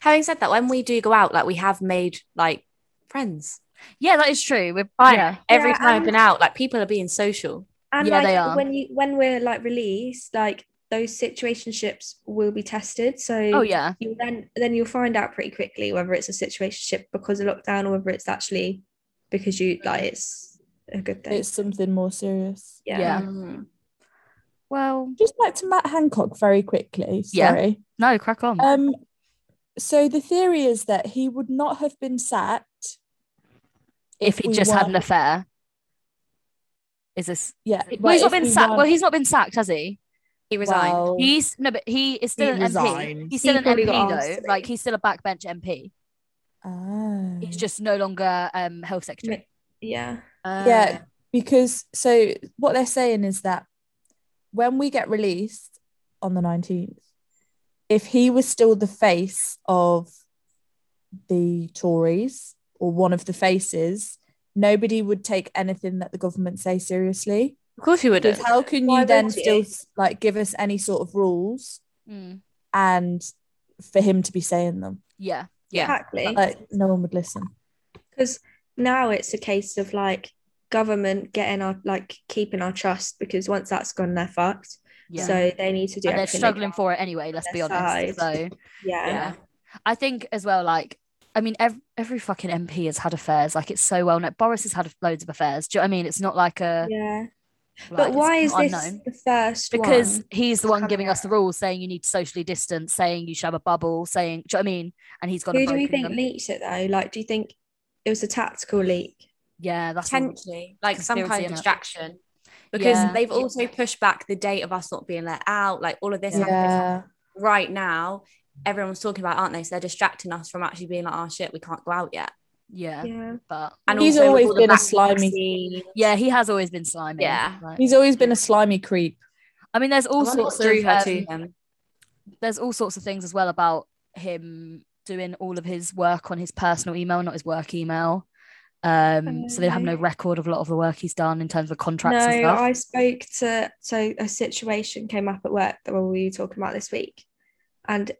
S5: Having said that, when we do go out, like we have made like friends.
S1: Yeah, that is true. We're
S5: Fine.
S1: yeah,
S5: Every
S4: Yeah,
S5: time I've
S4: and-
S5: been out, like people are being social.
S4: And
S1: Yeah,
S4: like
S1: they are.
S4: when you when we're like released, like those situationships will be tested. So
S1: oh yeah,
S4: you then then you'll find out pretty quickly whether it's a situationship because of lockdown or whether it's actually because you
S1: Mm.
S4: like it's a good thing.
S2: It's something more serious.
S4: yeah.
S1: yeah.
S5: Mm.
S1: Well,
S2: Just back to Matt Hancock very quickly.
S1: Yeah.
S2: Sorry.
S1: no, crack on.
S2: Um so the theory is that he would not have been sacked
S1: if he
S2: we
S1: just had
S2: were-
S1: an affair, is this?
S2: Yeah.
S1: well, he's
S2: if
S1: not been
S2: we
S1: sacked.
S2: were-
S1: Well, he's not been sacked, has he?
S5: He resigned.
S2: Well,
S1: He's no, but he is still
S2: He
S1: an MP.
S2: resigned.
S1: He's still
S4: He
S1: an
S4: probably
S1: MP
S4: got asked to
S1: though.
S4: leave.
S1: Like he's still a backbench MP.
S2: ah.
S1: He's just uh, no longer um health secretary.
S4: Yeah.
S2: Yeah, because so what they're saying is that when we get released on the 19th, if he was still the face of the Tories or one of the faces, nobody would take anything that the government say seriously.
S5: Of course you
S2: Because
S5: wouldn't.
S2: how can
S4: Why
S2: you then
S4: would you?
S2: still like give us any sort of rules
S1: Mm,
S2: and for him to be saying them?
S1: yeah.
S5: Yeah.
S4: Exactly.
S2: Like no one would listen.
S4: because now it's a case of like government getting our like keeping our trust because once that's gone they're fucked
S1: Yeah.
S4: so they need to do
S1: and they're
S4: everything
S1: struggling
S4: can.
S1: for it anyway. Let's be
S4: their
S1: honest.
S4: side.
S1: So
S4: yeah.
S1: yeah, I think as well, like I mean, every, every fucking MP has had affairs. Like it's so well known. Boris has had loads of affairs. Do you know what I mean? It's not like a.
S4: yeah.
S1: like,
S4: but
S1: it's
S4: why is
S1: not
S4: this
S1: unknown.
S4: the first
S1: Because
S4: one?
S1: he's the one
S4: Coming
S1: giving us the rules, saying you need to socially distance, saying you should have a bubble, saying, do you know what I mean? And he's gone.
S4: Who
S1: and
S4: do we
S1: broken
S4: think
S1: them.
S4: leaked it though? Like, do you think it was a tactical leak?
S1: Yeah, that's all.
S5: potentially like some
S1: Conspiracy
S5: kind of
S1: in it.
S5: distraction because
S1: Yeah.
S5: they've also pushed back the date of us not being let out like all of this happened
S2: Yeah.
S5: right now everyone's talking about aren't they so they're distracting us from actually being like oh shit we can't go out yet
S1: Yeah,
S4: Yeah.
S1: but
S5: and
S2: He's
S5: also with
S2: always
S5: all the
S2: been a
S5: vaccine-
S2: slimy-
S1: yeah, he has always been slimy.
S5: Yeah.
S1: Like-
S2: He's always been a slimy creep.
S1: I mean, there's all
S5: I wonder what
S1: sorts of
S5: drew her to
S1: um,
S5: him
S1: there's all sorts of things as well about him doing all of his work on his personal email, not his work email. Um, so they have no
S4: Okay.
S1: record of a lot of the work he's done in terms of contracts and
S4: No,
S1: stuff.
S4: I spoke to so a situation came up at work that we were talking about this week, and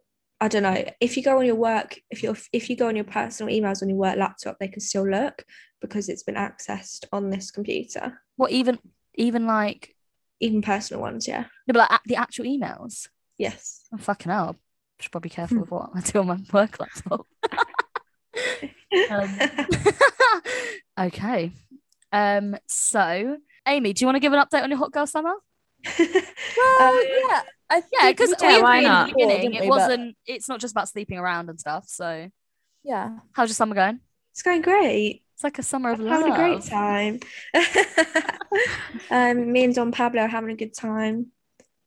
S4: I don't know if you go on your work if you if you go on your personal emails on your work laptop they can still look because it's been accessed on this computer
S1: What even even like
S4: even personal ones yeah
S1: no, but like a- the actual emails.
S4: yes
S1: I'm fucking hell. I should probably be careful with what I do on my <laughs> work laptop. Um, okay. Um, so Amy, do you want to give an update on your hot girl summer?
S4: Um,
S1: Uh, yeah,
S2: Uh, I
S1: yeah, because
S5: Yeah,
S1: we
S5: why
S1: were
S5: not?
S1: in the beginning.
S2: Didn't
S1: It
S2: we, but-
S1: wasn't. It's not just about sleeping around and stuff. So,
S2: Yeah.
S1: how's your summer going?
S4: <laughs> it's going great
S1: It's like a summer of
S4: I'm
S1: love.
S4: having a great <laughs> time um me and Don Pablo are having a good time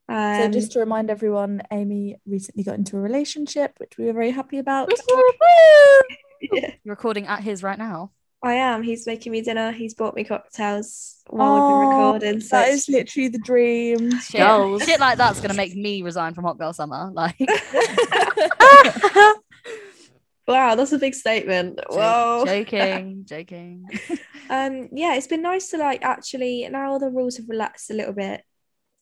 S4: um
S2: So just to remind everyone, Amy recently got into a relationship, which we were very happy about.
S1: You're recording at his right now.
S4: I am. He's making me dinner. He's bought me cocktails while we've been
S2: Oh,
S4: recording. So
S2: That is
S4: it's-
S2: literally the dream.
S1: Shit.
S5: Goals.
S1: Shit like that's gonna make me resign from Hot Girl Summer. <laughs> Like,
S4: <laughs> wow, that's a big statement. Whoa.
S1: joking,
S4: <laughs>
S1: joking.
S4: Um, yeah, it's been nice to like actually now the rules have relaxed a little bit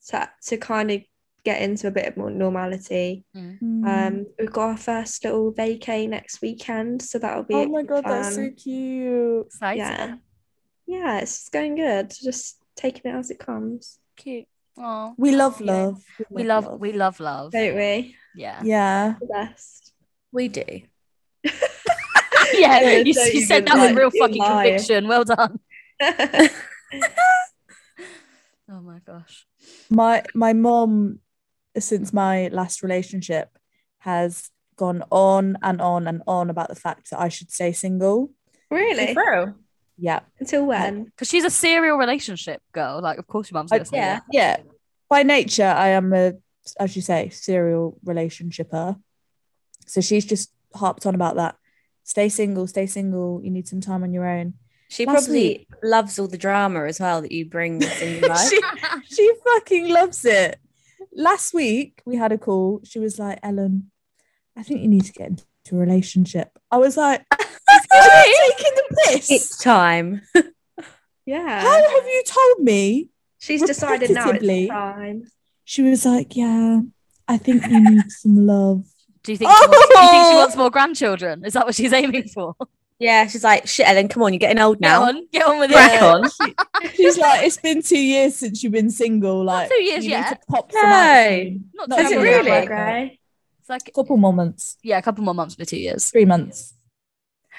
S4: to to kind of get into a bit of more normality.
S2: Hmm. Mm-hmm.
S4: Um, we've got our first little vacay next weekend, so that'll be
S2: oh my god, that's so
S4: fun.
S2: cute.
S1: Exciting.
S4: yeah, yeah, it's just going good. Just taking it as it comes,
S1: Cute. Oh,
S2: We love love.
S1: we love, we love love.
S4: don't we?
S1: Yeah.
S2: Yeah.
S4: The best.
S5: we do
S1: <laughs> Yeah.
S4: Yeah,
S1: you you
S4: so you
S1: said
S4: can,
S1: that with
S4: like,
S1: real
S4: be
S1: fucking
S4: liar.
S1: conviction. Well done. <laughs>
S2: <laughs>
S1: Oh my gosh.
S2: My my mom, since my last relationship, has gone on and on and on about the fact that I should stay single.
S4: really?
S5: true
S2: Yeah.
S4: Until when?
S1: Because she's a serial relationship girl. Like, of course your mum's
S4: Oh,
S1: gonna say
S4: <laughs>
S5: yeah.
S1: that. <laughs>
S2: Yeah. By nature, I am a, as you say, serial relationshiper. So she's just harped on about that. Stay single, stay single. You need some time on your own.
S5: she
S2: Last
S5: probably
S2: week-
S5: loves all the drama as well that you bring in your life
S2: she, she fucking loves it. Last week we had a call. She was like, Ellen, I think you need to get into a relationship. I was like, Are you taking the piss?
S5: it's time
S4: Yeah.
S2: How have you told me?
S4: She's decided now
S2: repetitively-
S4: it's time.
S2: She was like, Yeah, I think you need some love.
S1: Do you think, she wants, do you think she wants more grandchildren? Is that what she's aiming for?
S5: yeah she's like shit Ellen come on you're getting old
S1: Get
S5: now
S1: on, get on with
S5: crack
S1: it.
S5: on
S2: She's like, It's been two years since you've been single. Like,
S1: two years
S2: you
S1: yet.
S2: Need to pop some out
S5: No.
S2: soon.
S1: Not
S2: Not
S1: too
S2: Is
S4: Is
S2: it
S4: it
S1: long.
S2: really?
S4: really? Grey?
S1: It's like
S2: Couple more months,
S1: yeah, a couple more months for two years.
S2: three months.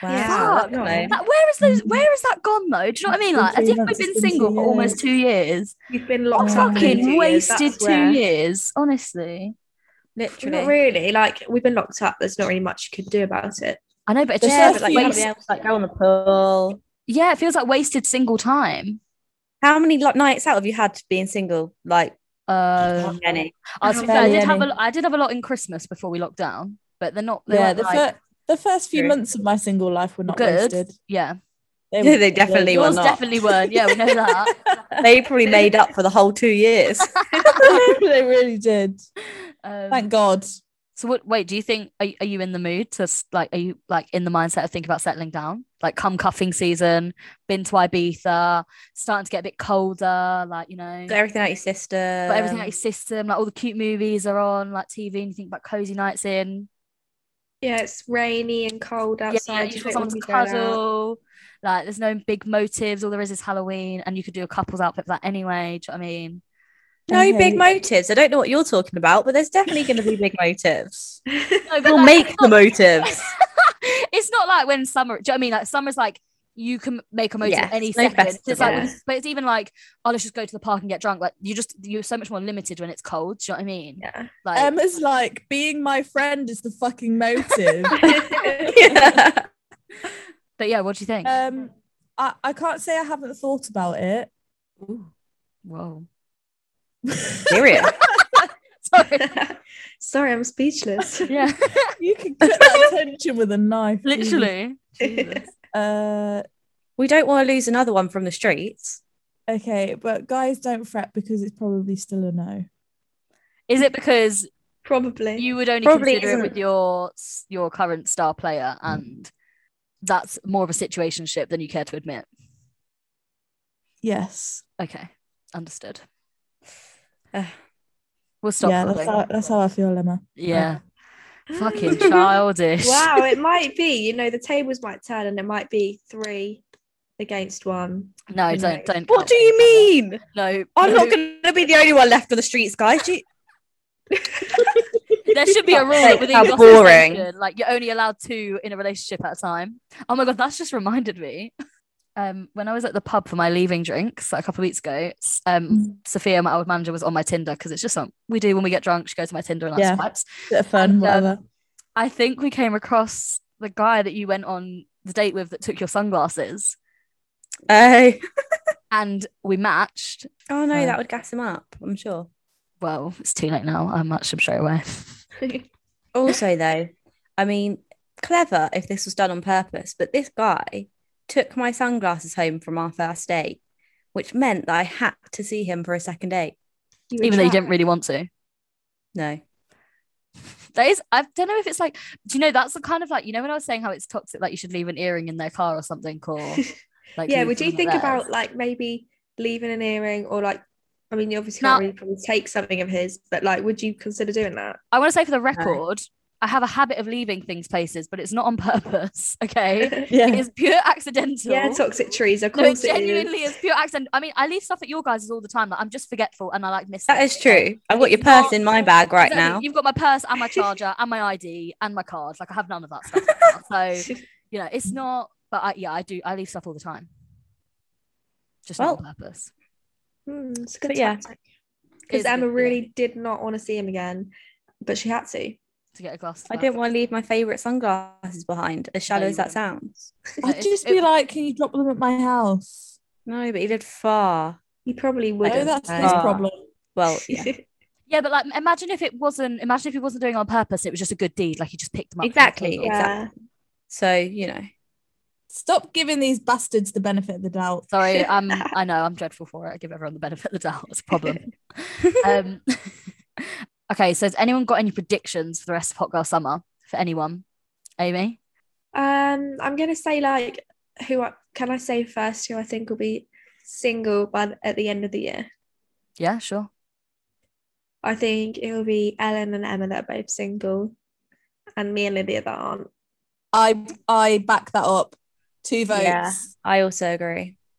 S5: wow
S1: Fuck.
S5: no.
S1: That, where is those?
S2: Mhm.
S1: Where is that gone though? Do you know what I mean?
S2: It's
S1: Like,
S2: been
S1: as if
S2: three months,
S1: we've been
S2: it's been two
S1: single for
S2: years. Oh,
S1: almost two years.
S4: You've been locked up. for
S1: Fucking
S4: two years,
S1: wasted
S4: that's
S1: two
S4: where-
S1: years, honestly.
S4: Not
S5: literally
S4: really. Like we've been locked up. There's not really much you could do about it.
S1: I know, but it just
S5: yeah,
S1: yeah, feels
S2: There's
S5: but like
S1: like,
S5: you
S2: few-
S5: able
S1: waste,
S5: to like go on the pool
S1: yeah, it feels like wasted single time.
S5: How many lo- nights out have you had being single? Like
S1: Um,
S5: many?
S1: I, was,
S2: Barely
S1: I did have
S2: any.
S1: a, I did have a lot in Christmas before we locked down, but they're not. They
S2: Yeah,
S1: yeah,
S2: the, fir- the first few
S5: True.
S2: months of my single life were not
S1: Good.
S2: wasted.
S1: yeah.
S5: <laughs>
S2: They,
S5: Yeah, they definitely were
S1: Yours
S2: <laughs>
S5: not.
S1: definitely weren't. Yeah, we know that.
S5: <laughs> They probably made up for the whole two years.
S2: they really did.
S1: Um,
S2: Thank God.
S1: So what? Wait, do you think are, are you in the mood to s- like? Are you like in the mindset of thinking about settling down? Like, come cuffing season, been to Ibiza, starting to get a bit colder. Like, you know,
S5: <laughs> Got everything out your system.
S1: got everything out your system. Like, all the cute movies are on, like TV, and you think about cozy nights in.
S4: Yeah, it's rainy and cold
S1: Yeah,
S4: outside.
S1: you
S4: you
S1: just want
S4: don't
S1: someone
S4: want
S1: to
S4: be going out.
S1: cuddle. Like, there's no big motives. All there is is Halloween, and you could do a couples outfit for that anyway. Do you know what I mean?
S5: No big
S2: Okay.
S5: motives. I don't know what you're talking about, but there's definitely going to be big motives.
S1: No, but
S5: We'll
S1: like,
S5: make
S1: it's
S5: <laughs> the
S1: not-
S5: motives.
S1: it's <laughs> it's not like when summer. Do you know what I mean? Like summer's like you can make a motor
S3: Yeah,
S1: any
S3: it's no
S1: second. It's like,
S3: festival.
S1: when- but it's even like, oh, let's just go to the park and get drunk. Like you just you're so much more limited when it's cold. Do you know what I mean?
S4: Yeah.
S1: Like
S2: Emma's Um, like, being my friend is the fucking
S5: <laughs>
S2: motive.
S4: <laughs>
S3: yeah.
S1: But yeah, what do you think?
S2: um, I, I can't say I haven't thought about it.
S1: Ooh, whoa.
S3: Serious.
S1: Sorry.
S4: <laughs> Sorry, I'm speechless.
S1: <laughs> yeah.
S2: You can cut
S5: <laughs>
S2: that tension with a knife.
S1: Literally.
S2: Uh,
S5: We don't want to lose another one from the streets.
S2: okay, but guys, don't fret because it's probably still a no.
S1: Is it because
S4: <laughs> Probably. <laughs>
S1: you would only
S5: Probably
S1: consider it
S5: isn't.
S1: with your your current star player and that's more of a situationship than you care to admit?
S2: Yes.
S1: Okay. Understood.
S5: Ugh.
S1: We'll stop.
S2: yeah,
S1: Yeah.
S2: that's how, that's how I feel, Emma.
S1: yeah.
S5: <laughs>
S1: Fucking childish.
S4: wow, it might be. You know, the tables might turn and it might be three against one. <laughs>
S1: No,
S4: No.
S1: don't don't
S5: What
S1: count
S5: do
S1: it.
S5: you mean?
S1: No.
S5: I'm
S1: no.
S5: not going to be the only one left for the streets, guys. Do you-
S1: There should
S5: <laughs>
S1: be a rule that
S3: Like,
S1: within
S3: how
S1: your
S3: boring.
S1: station, like you're only allowed two in a relationship at a time. Oh my god, that's just reminded me. Um, when I was at the pub for my leaving drinks like, a couple of weeks ago, s- um,
S5: Mm.
S1: Sophia, my old manager, was on my Tinder because it's just something we do when we get drunk. She goes to my Tinder and like
S2: Yeah.
S1: swipes.
S2: Bit of fun,
S1: And, um,
S2: whatever.
S1: I think we came across the guy that you went on the date with that took your sunglasses,
S5: Oh,
S1: and we matched.
S5: oh no,
S1: Right.
S5: that would gas him up. I'm sure.
S1: Well, it's too late now. I matched him straight away.
S5: Also, though, I mean, clever if this was done on purpose, but this guy took my sunglasses home from our first date, which meant that I had to see him for a second date.
S1: even though you didn't really want to.
S5: No.
S1: That is, I don't know if it's like, do you know that's the kind of like, you know, when I was saying how it's toxic, like you should leave an earring in their car or something,
S4: <laughs>
S1: or like,
S4: yeah,
S1: leave
S4: would you
S1: something
S4: think
S1: like
S4: about
S1: that.
S4: like maybe leaving an earring or like I mean you obviously
S1: No.
S4: can't really probably take something of his, but like would you consider doing that?
S1: I want to say for the record, I have a habit of leaving things places, but it's not on purpose. <laughs> Okay, it
S2: Yeah.
S1: is pure accidental.
S4: <laughs> Yeah, toxic trees, of
S1: no, it
S4: course it is. <laughs>
S1: genuinely is pure accident. I mean, I leave stuff at your guys' all the time. Like, I'm just forgetful and I like miss.
S5: That
S1: things.
S5: is true. I've got your
S1: It's not-
S5: purse in my bag right
S1: Exactly.
S5: now.
S1: You've got my purse and my charger and my ID and my card. Like I have none of that stuff. right
S4: <laughs>
S1: now. So you know, it's not. But I, yeah, I do. I leave stuff all the time. Just not on purpose.
S4: Hmm, it's a
S5: But
S4: good
S5: yeah.
S1: It's
S4: Because
S1: a
S4: Emma
S1: good-
S4: really did not want to see him again, but she had to.
S1: to get a glass.
S5: I didn't want to leave my favourite sunglasses behind, as shallow
S1: you
S5: as that
S1: wouldn't.
S5: sounds.
S2: I'd just be like, can you drop them at my house?
S5: No, but he did far.
S4: He probably
S2: Oh,
S4: would. <laughs>
S2: that's
S5: know.
S2: his
S5: Ah.
S2: problem.
S5: Well, yeah.
S1: Yeah, but like, imagine if it wasn't. Imagine if he wasn't doing it on purpose. It was just a good deed. Like he just picked them up. from the
S5: Exactly,
S1: table.
S5: exactly. So, you know,
S2: Stop giving these bastards the benefit of the doubt. <laughs>
S1: Sorry, I'm. I know I'm dreadful for it. I give everyone the benefit of the doubt. It's a
S2: <laughs>
S1: problem. um, <laughs> okay, so has anyone got any predictions for the rest of Hot Girl Summer for anyone? Amy.
S4: Um, I'm gonna say like who I, can I say first who I think will be single by th- at the end of the year.
S1: Yeah, sure.
S4: I think it will be Ellen and Emma that are both single, and me and Lydia that aren't.
S2: I I back that up. Two votes,
S5: Yeah. I also agree. <laughs>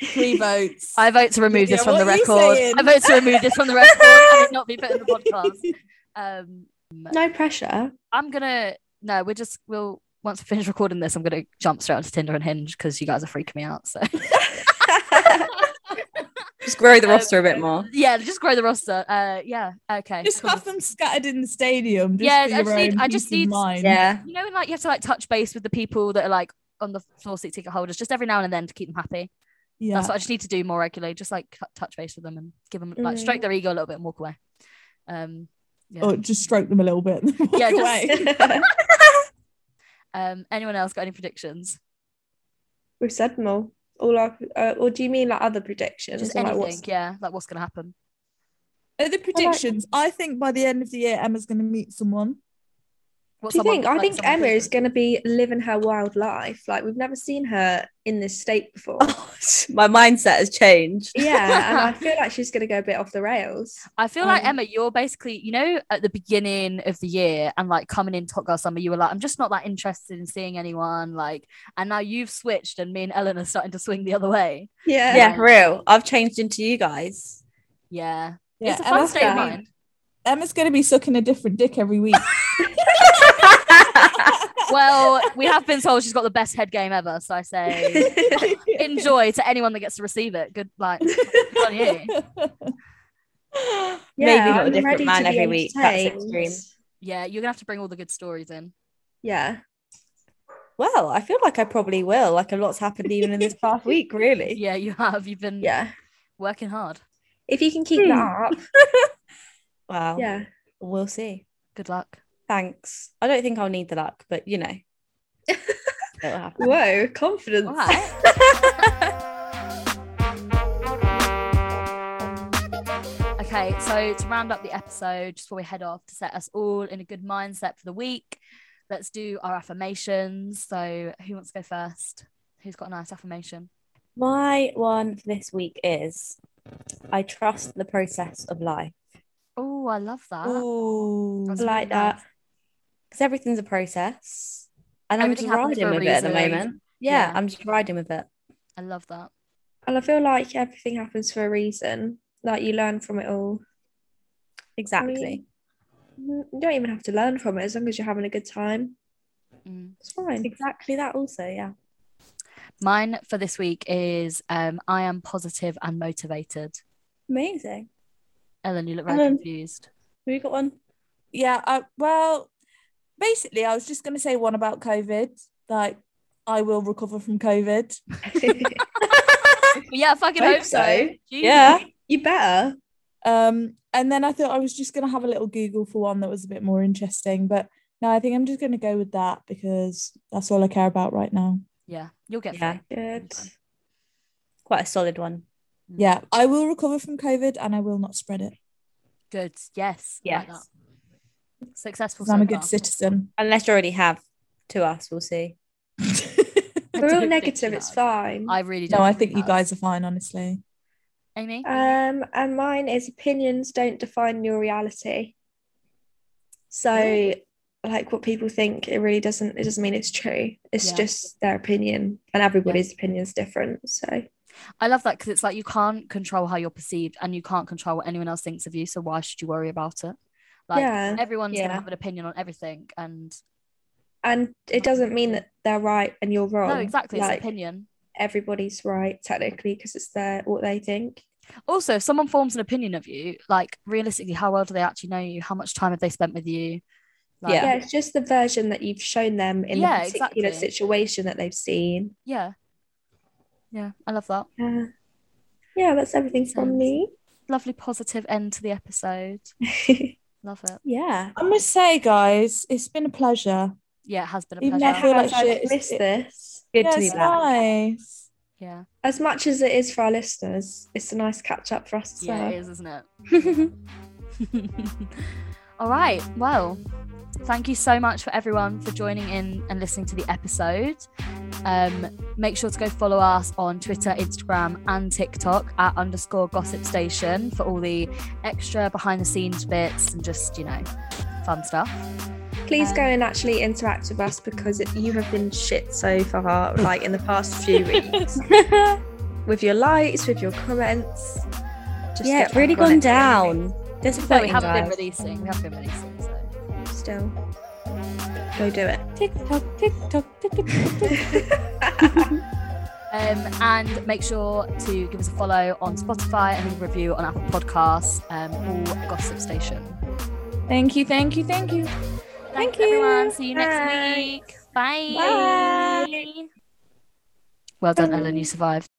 S1: <laughs>
S4: <laughs>
S2: three votes.
S1: I vote to remove this
S2: Yeah,
S1: from the
S2: what are you
S1: record.
S2: saying?
S1: I vote to remove this from the record and it not be
S2: <laughs>
S1: put in the podcast. Um,
S4: No pressure.
S1: I'm gonna no, we're just we'll once we finish recording this, I'm gonna jump straight onto Tinder and Hinge because you guys are freaking me out. So <laughs>
S5: Just
S1: <laughs>
S5: grow the
S1: Um,
S5: roster a bit more.
S1: yeah, just grow the roster. Uh, yeah, okay.
S2: just
S1: cool.
S2: have them scattered in the stadium. Just
S1: Yeah,
S2: for
S1: I just
S2: your
S1: need-
S2: own
S1: I just
S2: peace
S1: need-
S2: of mind.
S5: <laughs> Yeah.
S1: You know, when like you have to like touch base with the people that are like on the floor seat ticket holders, just every now and then to keep them happy.
S2: yeah.
S1: That's what I just need to do more regularly. Just like t- touch base with them and give them like
S4: Mm.
S1: stroke their ego a little bit and walk away. Um, yeah.
S4: Oh.
S2: Or just stroke them a little bit. And <laughs> walk
S1: Yeah, just-
S2: away.
S1: <laughs> Um, anyone else got any predictions?
S4: We've said them all. All our, uh, or do you mean like other predictions?
S1: Just
S4: or, like,
S1: anything,
S4: what's-
S1: yeah. Like what's gonna happen?
S2: Are the predictions? I think by the end of the year, Emma's going to meet someone.
S1: What
S4: do you
S1: someone
S4: think?
S1: looks
S4: I
S1: like,
S4: think
S1: someone
S4: Emma
S1: feels
S4: is
S1: like.
S4: going to be living her wild life. Like we've never seen her in this state before.
S5: Oh. my mindset has changed.
S4: <laughs> yeah, and I feel like she's going to go a bit off the rails.
S1: I feel like
S4: Um,
S1: Emma, you're basically, you know, at the beginning of the year and like coming in Top Girl Summer, you were like, I'm just not that interested in seeing anyone. Like, and now you've switched, and me and Ellen are starting to swing the other way.
S4: Yeah.
S5: Yeah, for real. I've changed into you guys.
S1: Yeah,
S2: Yeah,
S1: it's a fun
S2: Emma's,
S4: Emma's
S1: state of
S4: gonna-
S1: mind.
S2: <laughs> Emma's going to be sucking a different dick every week.
S1: well, we have been told she's got the best head game ever. So I
S4: <laughs>
S1: say enjoy to anyone that gets to receive it. Good like good on you.
S5: Maybe not a
S4: I'm
S5: different
S4: ready to
S5: man
S4: be
S5: every week. That's
S4: entertained.
S5: extreme.
S1: Yeah, you're gonna have to bring all the good stories in.
S4: Yeah.
S5: Well, I feel like I probably will. Like a lot's happened even in this <laughs> past week, really.
S1: Yeah, you have. You've been
S4: Yeah.
S1: working hard.
S4: If you can keep
S5: Hmm.
S4: that
S5: <laughs>
S4: up.
S5: Wow.
S4: Yeah.
S5: We'll see.
S1: Good luck.
S5: Thanks. I don't think I'll need the luck, but you know. It'll happen.
S4: Whoa, confidence.
S1: All right. <laughs> okay, so to round up the episode, just before we head off, to set us all in a good mindset for the week, let's do our affirmations. So, who wants to go first? Who's got a nice affirmation?
S5: My one for this week is I trust the process of life.
S1: Oh, I love that.
S2: Ooh.
S1: That's
S4: I like
S1: really nice.
S4: that.
S5: Because everything's a process. And I'm
S1: Everything
S5: just
S1: happens for a
S5: riding with it at the
S1: reason.
S5: moment. Yeah,
S1: Yeah.
S5: I'm just riding with it.
S1: I love that.
S4: And I feel like everything happens for a reason. Like you learn from it all.
S5: Exactly.
S4: You don't even have to learn from it as long as you're having a good time.
S1: Mm.
S4: It's fine.
S5: Exactly that also, yeah.
S1: Mine for this week is um, I am positive and motivated.
S5: Amazing.
S1: Ellen, you look very
S2: Um,
S1: confused.
S5: Have you got one?
S2: yeah I, well basically i was just going to say one about covid like i will recover from covid
S1: Yeah, I fucking
S4: hope
S1: hope, so.
S4: so.
S1: Jesus.
S5: Yeah.
S4: <laughs> you
S5: <laughs>
S4: better.
S2: um and then i thought i was just going to have a little google for one that was a bit more interesting but no i think i'm just going to go with that because that's all i care about right now
S1: Yeah, you'll get
S5: Yeah.
S1: through. Mm.
S4: Good.
S5: Quite a solid one.
S2: yeah i will recover from covid and i will not spread it
S1: Good. Yes. I like
S5: Yes.
S1: that. Successful.
S2: 'cause i'm
S1: so
S2: a good
S1: far.
S5: <laughs>
S2: citizen
S5: Unless you already have to us, we'll see.
S1: I
S4: We're
S1: don't
S4: all
S1: think
S4: negative,
S1: you
S4: it's
S1: have.
S4: fine.
S1: I really
S2: no
S1: don't.
S2: i think you
S1: have.
S2: guys are Uh, fine honestly
S1: Amy.
S4: Um, and mine is opinions don't define your reality. So, like what people think, it really doesn't. It doesn't mean it's true. It's
S1: Yeah.
S4: just their opinion, and everybody's opinion's different. So,
S1: I love that because it's like you can't control how you're perceived, and you can't control what anyone else thinks of you. So why should you worry about it? Like
S4: yeah,
S1: everyone's
S5: Yeah.
S1: gonna have an opinion on everything, and
S4: and it doesn't mean that they're right and you're wrong.
S1: no, exactly, it's
S4: Like
S1: opinion.
S4: everybody's right technically because it's their what they think.
S1: Also, if someone forms an opinion of you, like realistically, how well do they actually know you? How much time have they spent with you? Like,
S5: Yeah.
S4: Yeah, it's just the version that you've shown them in
S1: Yeah,
S4: the particular
S1: exactly.
S4: situation that they've seen.
S1: yeah, yeah. I love that.
S4: Yeah, yeah, that's everything
S1: Sounds-
S4: from me.
S1: Lovely positive end to the episode.
S4: <laughs>
S1: Love it.
S5: Yeah.
S2: i must say guys it's been a pleasure
S1: Yeah, it has been a
S2: Even
S1: pleasure.
S2: I feel like
S4: I've
S2: shit. It's-
S4: missed
S2: it-
S4: this.
S5: Good
S2: Yeah,
S5: to be
S2: it's
S5: back.
S2: nice
S1: yeah.
S4: As much as it is for our listeners, it's a nice catch up for us as
S1: Yeah,
S4: well.
S1: it is, isn't it? <laughs> All right. Well, thank you so much for everyone for joining in and listening to the episode. Um, make sure to go follow us on Twitter, Instagram, and TikTok at underscore gossip station for all the extra behind the scenes bits and just, you know, fun stuff.
S4: Please go
S1: Um,
S4: and actually interact with us because it, you have been shit so far, like in the past
S5: <laughs>
S4: few weeks, with your likes, with your comments. Just
S5: yeah,
S4: get
S5: it's really
S4: back on
S5: gone
S4: it.
S5: down.
S1: So we
S5: Disappointing,
S1: haven't been
S5: guys.
S1: releasing. We haven't been releasing. So
S4: Still, go do it.
S2: tick tock tick tock tick tock tick tock
S1: Um, and make sure to give us a follow on Spotify and leave a review on Apple Podcasts, um, all Gossip Station.
S2: Thank you, thank you, thank you.
S1: Thanks,
S4: you.
S1: everyone. See you next
S4: Thanks.
S1: week. Bye.
S4: Bye.
S1: Well done, Ellen. You survived.